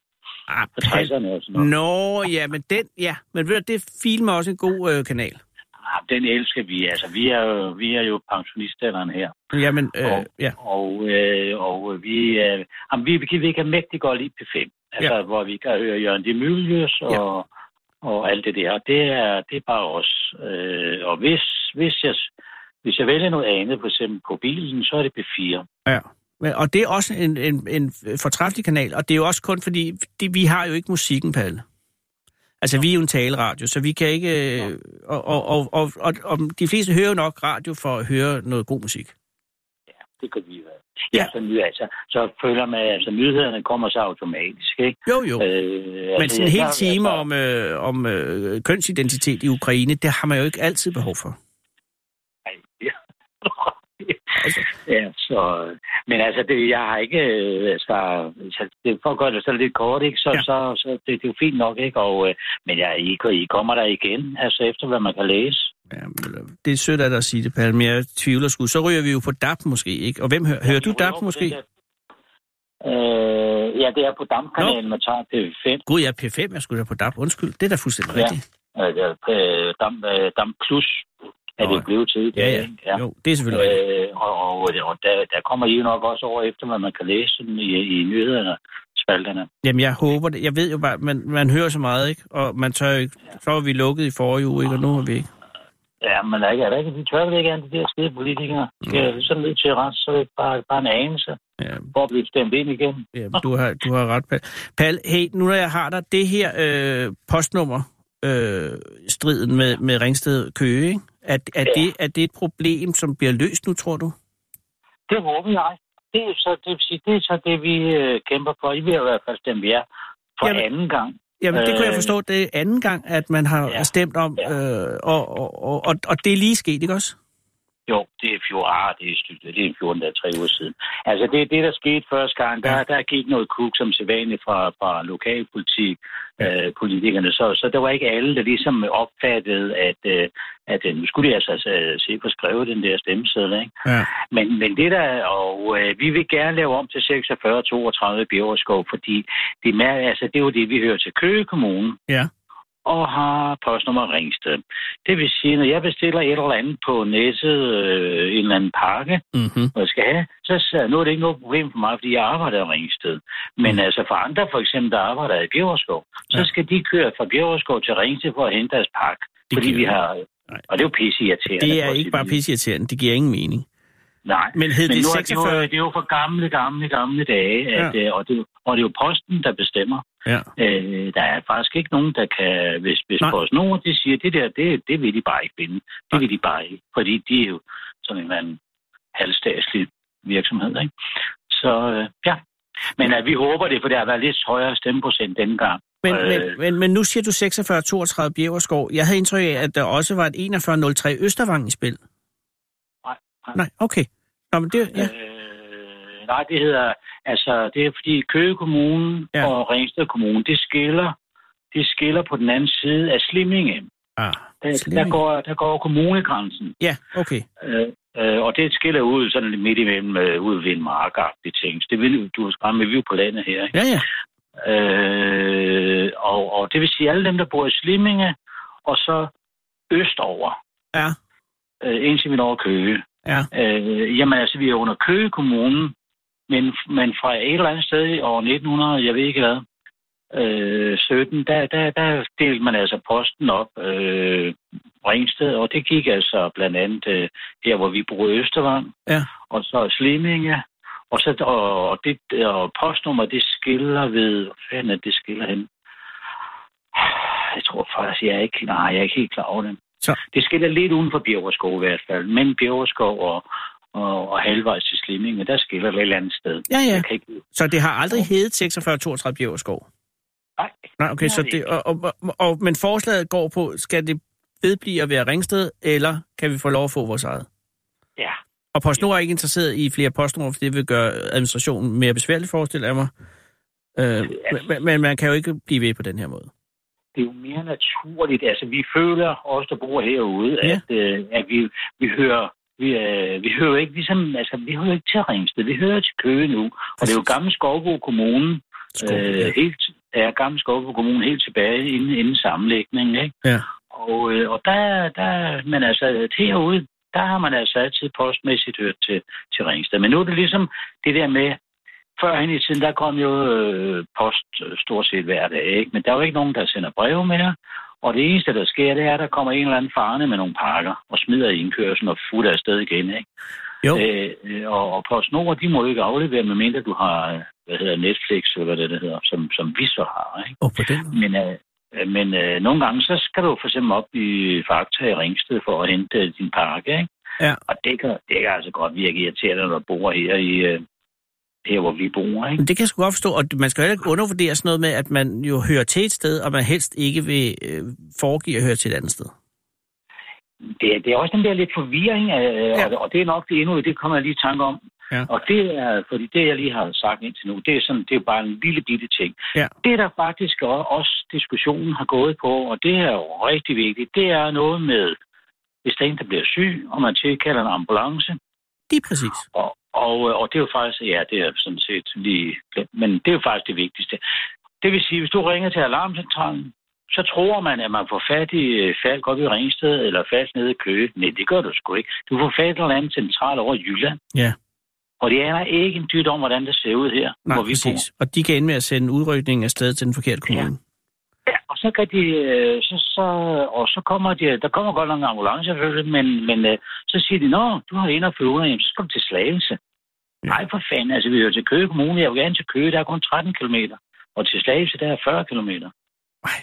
Speaker 3: Ah,
Speaker 7: For
Speaker 3: Palle.
Speaker 7: 60'erne og sådan noget.
Speaker 3: Nå, ja, men den, ja. Men ved du, det film er også en god øh, kanal.
Speaker 7: Ah, Den elsker vi. Altså, vi er jo, vi er jo pensionistalderen her.
Speaker 3: Jamen, øh,
Speaker 7: Og-
Speaker 3: ja.
Speaker 7: Og, øh, og øh, vi, øh, jamen, vi, vi, vi kan mægtig godt lide P5, altså, ja. hvor vi kan høre Jørgen de Mylius og,
Speaker 3: Ja.
Speaker 7: ja. og alt det der. Det er, det er bare os. Øh, og hvis, hvis, jeg, hvis jeg vælger noget andet, for eksempel på bilen, så er det P4.
Speaker 3: ja. Men- Og det er også en, en, en fortræffelig kanal, og det er jo også kun fordi, det, vi har jo ikke musikken, Palle. Altså, vi er jo en taleradio, så vi kan ikke... Øh, og, og, og, og, og, og de fleste hører jo nok radio for at høre noget god musik.
Speaker 7: Det kan vi være.
Speaker 3: Ja.
Speaker 7: Ja. ja. Så, ny- altså, så føler man, altså nyhederne kommer så automatisk, ikke?
Speaker 3: Jo, jo.
Speaker 7: Øh,
Speaker 3: Men sådan en
Speaker 7: jeg-
Speaker 3: hel
Speaker 7: jeg-
Speaker 3: time
Speaker 7: jeg-
Speaker 3: om, øh, om øh, kønsidentitet i Ukraine, det har man jo ikke altid behov for.
Speaker 7: [LAUGHS] Altså, Ja, så, men altså, det, jeg har ikke, øh, altså, så det, for at gøre det så lidt kort, ikke, så,
Speaker 3: Ja.
Speaker 7: ja. så, så det, det er jo fint nok, ikke, og, øh, men jeg, I, I kommer der igen, altså efter hvad man kan læse.
Speaker 3: Jamen, øh, det er sødt af dig at sige det, Palle, men jeg tvivler sgu. Så ryger vi jo på DAP måske, ikke? Og hvem hører, hører du
Speaker 7: Jeg
Speaker 3: DAP
Speaker 7: håber,
Speaker 3: måske?
Speaker 7: det er- Øh, ja, det er på dampkanalen, man tager P5,
Speaker 3: Gud, jeg er P5, jeg skulle da på DAP. Undskyld, det er da fuldstændig
Speaker 7: Ja.
Speaker 3: rigtigt.
Speaker 7: øh, det er, øh, damp, øh, damp Plus, er
Speaker 3: Nå,
Speaker 7: det blevet til. i
Speaker 3: Ja,
Speaker 7: dag,
Speaker 3: ja.
Speaker 7: ikke?
Speaker 3: Jo, det er selvfølgelig rigtigt.
Speaker 7: Øh, og, og, og der, der kommer I jo nok også over efter, hvad man kan læse sådan i, i nyhederne, spalterne.
Speaker 3: Jamen, jeg håber det. Jeg ved jo bare, man, man hører så meget, ikke? Og man tør jo ikke. Så var vi lukket i forrige uge, ikke? Og nu har vi ikke.
Speaker 7: Ja, men er ikke, er der ikke, de tør vel ikke andet, de der skide politikere. De er sådan nødt til at rense sig lidt, bare, bare en anelse,
Speaker 3: Ja,
Speaker 7: for at blive stemt ind igen.
Speaker 3: ja du, har, du har ret, Palle. Palle, hey, nu når jeg har dig, det her øh, postnummer, øh, striden med, med Ringsted Køge, ikke? Er, er, det, er det et problem, som bliver løst nu, tror du?
Speaker 7: Det håber jeg. Det er så det, vil sige, det, er så det vi øh, kæmper for. I vil i hvert fald stemme jer for
Speaker 3: Jamen.
Speaker 7: Jamen. anden gang.
Speaker 3: Jamen, det kunne jeg
Speaker 7: Øh,
Speaker 3: forstå. Det er anden gang, at man har
Speaker 7: ja,
Speaker 3: ja, stemt om,
Speaker 7: ja.
Speaker 3: øh, og, og, og, og, og det er lige sket, ikke også?
Speaker 7: Jo, det er, fjor, ah, det er, styrt, det er 14 dage, tre uger siden. Altså, det er det, der skete første gang. Der, der gik noget kuk som sædvanligt fra, fra lokalpolitik, øh, politikerne. Så, så der var ikke alle, der ligesom opfattede, at, øh, at øh, nu skulle de altså øh, se på skrevet den der stemmeseddel. Ikke?
Speaker 3: Ja.
Speaker 7: Men, men det der, og øh, vi vil gerne lave om til 46-32 Bjergårdskov, fordi det, mær- altså, det er jo det, vi hører til Køge Kommune.
Speaker 3: Ja.
Speaker 7: Og har postnummer Ringsted. Det vil sige, når jeg bestiller et eller andet på nettet, øh, en eller anden pakke,
Speaker 3: Mm-hmm.
Speaker 7: hvad jeg skal have, så så- nu er det ikke noget problem for mig, fordi jeg arbejder i Ringsted. Men mm. altså for andre, for eksempel, der arbejder i Bjørskov, så
Speaker 3: Ja.
Speaker 7: skal de køre fra Bjørskov til Ringsted for at hente deres pakke.
Speaker 3: Det
Speaker 7: Fordi
Speaker 3: giver
Speaker 7: vi
Speaker 3: jo-
Speaker 7: har...
Speaker 3: Nej.
Speaker 7: Og det er jo pisse irriterende.
Speaker 3: Det er ikke bare pisseirriterende, det giver ingen mening.
Speaker 7: Nej.
Speaker 3: Men hed
Speaker 7: Men
Speaker 3: det
Speaker 7: nu er det, jo,
Speaker 3: 46?
Speaker 7: det er jo for gamle, gamle, gamle dage, at, ja. og, det, er jo- og det er jo posten, der bestemmer.
Speaker 3: Ja.
Speaker 7: Øh, der er faktisk ikke nogen, der kan, hvis, hvis
Speaker 3: Nej.
Speaker 7: PostNord de siger, det der, det, det vil de bare ikke finde. Det
Speaker 3: Nej.
Speaker 7: vil de bare ikke, fordi de er jo sådan en eller anden halvstatslig virksomhed, ikke? Så øh, ja, men at vi håber det, for der har været lidt højere stemmeprocent dengang.
Speaker 3: Men,
Speaker 7: Øh.
Speaker 3: men, men, men nu siger du 46-32 Bjergerskov. Jeg havde indtryk af, at der også var et 41-03 Østervang i spil.
Speaker 7: Nej, nej.
Speaker 3: Nej, okay. Nå, men det, ja.
Speaker 7: Øh, nej, det hedder, altså, det er fordi Køge Kommune
Speaker 3: Ja.
Speaker 7: ja. og Ringsted Kommune, det skiller, det skiller på den anden side af Slimminge.
Speaker 3: Ah,
Speaker 7: Der, der,
Speaker 3: Slimminge.
Speaker 7: går, der går kommunegrænsen.
Speaker 3: ja, okay.
Speaker 7: Øh, øh, og det skiller ud sådan lidt midt imellem øh, ud ved en markagtig ting. Så Det vil du huske med, vi er jo på landet her. Ikke?
Speaker 3: Ja, ja.
Speaker 7: Øh, og, og det vil sige, alle dem, der bor i Slimminge, og så østover,
Speaker 3: Ja,
Speaker 7: øh, indtil vi når Køge.
Speaker 3: ja.
Speaker 7: Øh, jamen altså, vi er under Køge kommune, men, men fra et eller andet sted i år 1900, jeg ved ikke hvad, øh, 17, der, der, der delte man altså posten op øh, Ringsted, og det gik altså blandt andet øh, her, hvor vi boede i Østervang,
Speaker 3: Ja.
Speaker 7: og så Slemminge, og, så, og, og, det, og postnummer, det skiller ved, hvor fanden er det, det skiller hen? Jeg tror faktisk, jeg er ikke, nej, jeg er ikke helt klar over det.
Speaker 3: Så-
Speaker 7: Det skiller lidt uden for Bjergerskov i hvert fald, men Bjergerskov og, og, og halvvejs til Slemminge, der skiller det et eller andet sted.
Speaker 3: Ja, ja.
Speaker 7: Jeg kan ikke
Speaker 3: Så det har aldrig heddet 46-32 Bjergerskov?
Speaker 7: Nej.
Speaker 3: Nej, okay,
Speaker 7: Det
Speaker 3: så
Speaker 7: har det
Speaker 3: det, og, og, og- og, men forslaget går på, skal det vedblive at være Ringsted, eller kan vi få lov at få vores eget?
Speaker 7: Ja.
Speaker 3: Og PostNord er ikke interesseret i flere postnumre, for det vil gøre administrationen mere besværlig, forestiller jeg mig. Øh, men- men, men man kan jo ikke blive ved på den her måde.
Speaker 7: det er jo mere naturligt. Altså, vi føler, os der bor herude,
Speaker 3: Ja.
Speaker 7: ja. at, øh, at vi, vi hører vi, øh, vi hører ikke ligesom, altså, vi hører ikke til Ringsted, vi hører til Køge nu. Og det er jo Gammel Skovbo Kommune,
Speaker 3: Skål.
Speaker 7: øh, helt, er Gammel Skovbo Kommune helt tilbage inden, inden sammenlægningen, ikke?
Speaker 3: Ja.
Speaker 7: Og, øh, og der, der, men altså, at herude, der har man altså altid postmæssigt hørt til, til Ringsted. Men nu er det ligesom det der med, førhen i tiden, der kom jo øh, post øh, stort set hver dag, ikke? Men der er jo ikke nogen, der sender breve mere. Og det eneste, der sker, det er, at der kommer en eller anden farne med nogle pakker og smider i indkørslen og futter afsted igen, ikke?
Speaker 3: Jo.
Speaker 7: Øh, øh, og, og PostNord, de må jo ikke aflevere, medmindre du har, øh, hvad hedder Netflix, eller hvad det, det hedder, som, som vi så har, ikke?
Speaker 3: Og på den måde.
Speaker 7: Men, øh, øh, men øh, nogle gange, så skal du for eksempel op i Fakta i Ringsted for at hente øh, din pakke, ikke?
Speaker 3: Ja.
Speaker 7: Og det kan, det kan altså godt virke irriterende, når du bor her, i, øh, her hvor vi bor, ikke?
Speaker 3: Men det kan jeg sgu godt forstå, og man skal jo heller ikke undervurdere sådan noget med, at man jo hører til et sted, og man helst ikke vil øh, foregive at høre til et andet sted.
Speaker 7: det, det er også den der lidt forvirring, øh,
Speaker 3: Ja.
Speaker 7: ja. og, og det er nok det endnu, det kommer jeg lige i tanke om.
Speaker 3: Ja.
Speaker 7: Og det er, fordi det, jeg lige har sagt indtil nu, det er, sådan, det er bare en lille bitte ting.
Speaker 3: Ja.
Speaker 7: Det, der faktisk o- også diskussionen har gået på, og det er jo rigtig vigtigt, det er noget med, hvis der er en, der bliver syg, og man tilkalder en ambulance,
Speaker 3: Lige præcis.
Speaker 7: og, og, øh, og det er jo faktisk, ja, det er sådan set lige, glemt, men det er jo faktisk det vigtigste. Det vil sige, hvis du ringer til alarmcentralen, så tror man, at man får fat i øh, Falk op i Ringsted, eller Falk nede i Køge. Nej, det gør du sgu ikke. Du får fat i en eller anden central over i Jylland.
Speaker 3: Ja.
Speaker 7: Og det er ikke en dyt om, hvordan det ser ud her,
Speaker 3: Nej,
Speaker 7: hvor vi bor.
Speaker 3: præcis. Og de kan ende med at sende udrykningen afsted til den forkerte kommune.
Speaker 7: Ja, og så kan de, øh, så, så, og så kommer de, der kommer godt nok en ambulance selvfølgelig, men, men øh, så siger de, nå, du har en og flyvende, jamen, så skal du til Slagelse.
Speaker 3: Ja.
Speaker 7: Ja. Nej, for fanden, altså vi er jo til Køge Kommune, jeg vil gerne til Køge, der er kun 13 km, og til Slagelse, der er 40 km.
Speaker 3: Nej.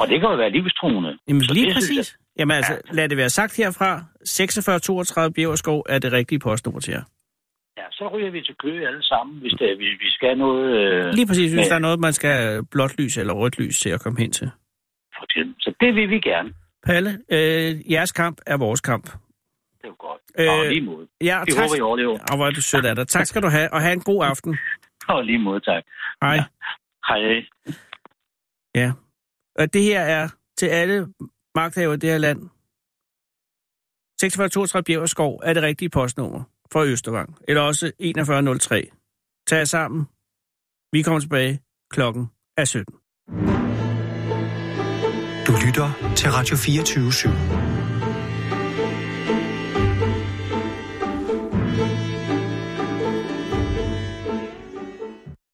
Speaker 7: Og det kan jo være livstruende.
Speaker 3: Jamen
Speaker 7: Så
Speaker 3: lige
Speaker 7: det synes
Speaker 3: præcis. Jamen altså, lad det være sagt herfra. 4632 Bjergerskov er det rigtige postnummer til jer.
Speaker 7: Ja, så ryger vi til Køge alle sammen, hvis det, vi, vi skal noget, øh,
Speaker 3: Lige præcis, hvis
Speaker 7: Men-
Speaker 3: der er noget, man skal have blåt lys eller rødt lys til at komme hen til.
Speaker 7: for tiden. Så det vil vi gerne.
Speaker 3: Palle, øh, jeres kamp er vores kamp.
Speaker 7: Det er jo godt. Og lige måde.
Speaker 3: ja,
Speaker 7: Det
Speaker 3: tak.
Speaker 7: håber jeg overlever.
Speaker 3: Og hvor er du sød af dig. Tak skal du have, og have en god aften.
Speaker 7: Og lige måde, tak.
Speaker 3: Hej. Ja.
Speaker 7: Hej.
Speaker 3: ja. Og det her er til alle magthavere i det her land. 4632 Bjergerskov er det rigtige postnummer for Østervang. Eller også 4103. Tag jer sammen. Vi kommer tilbage. Klokken er 17.
Speaker 1: Du lytter til Radio 24 /7.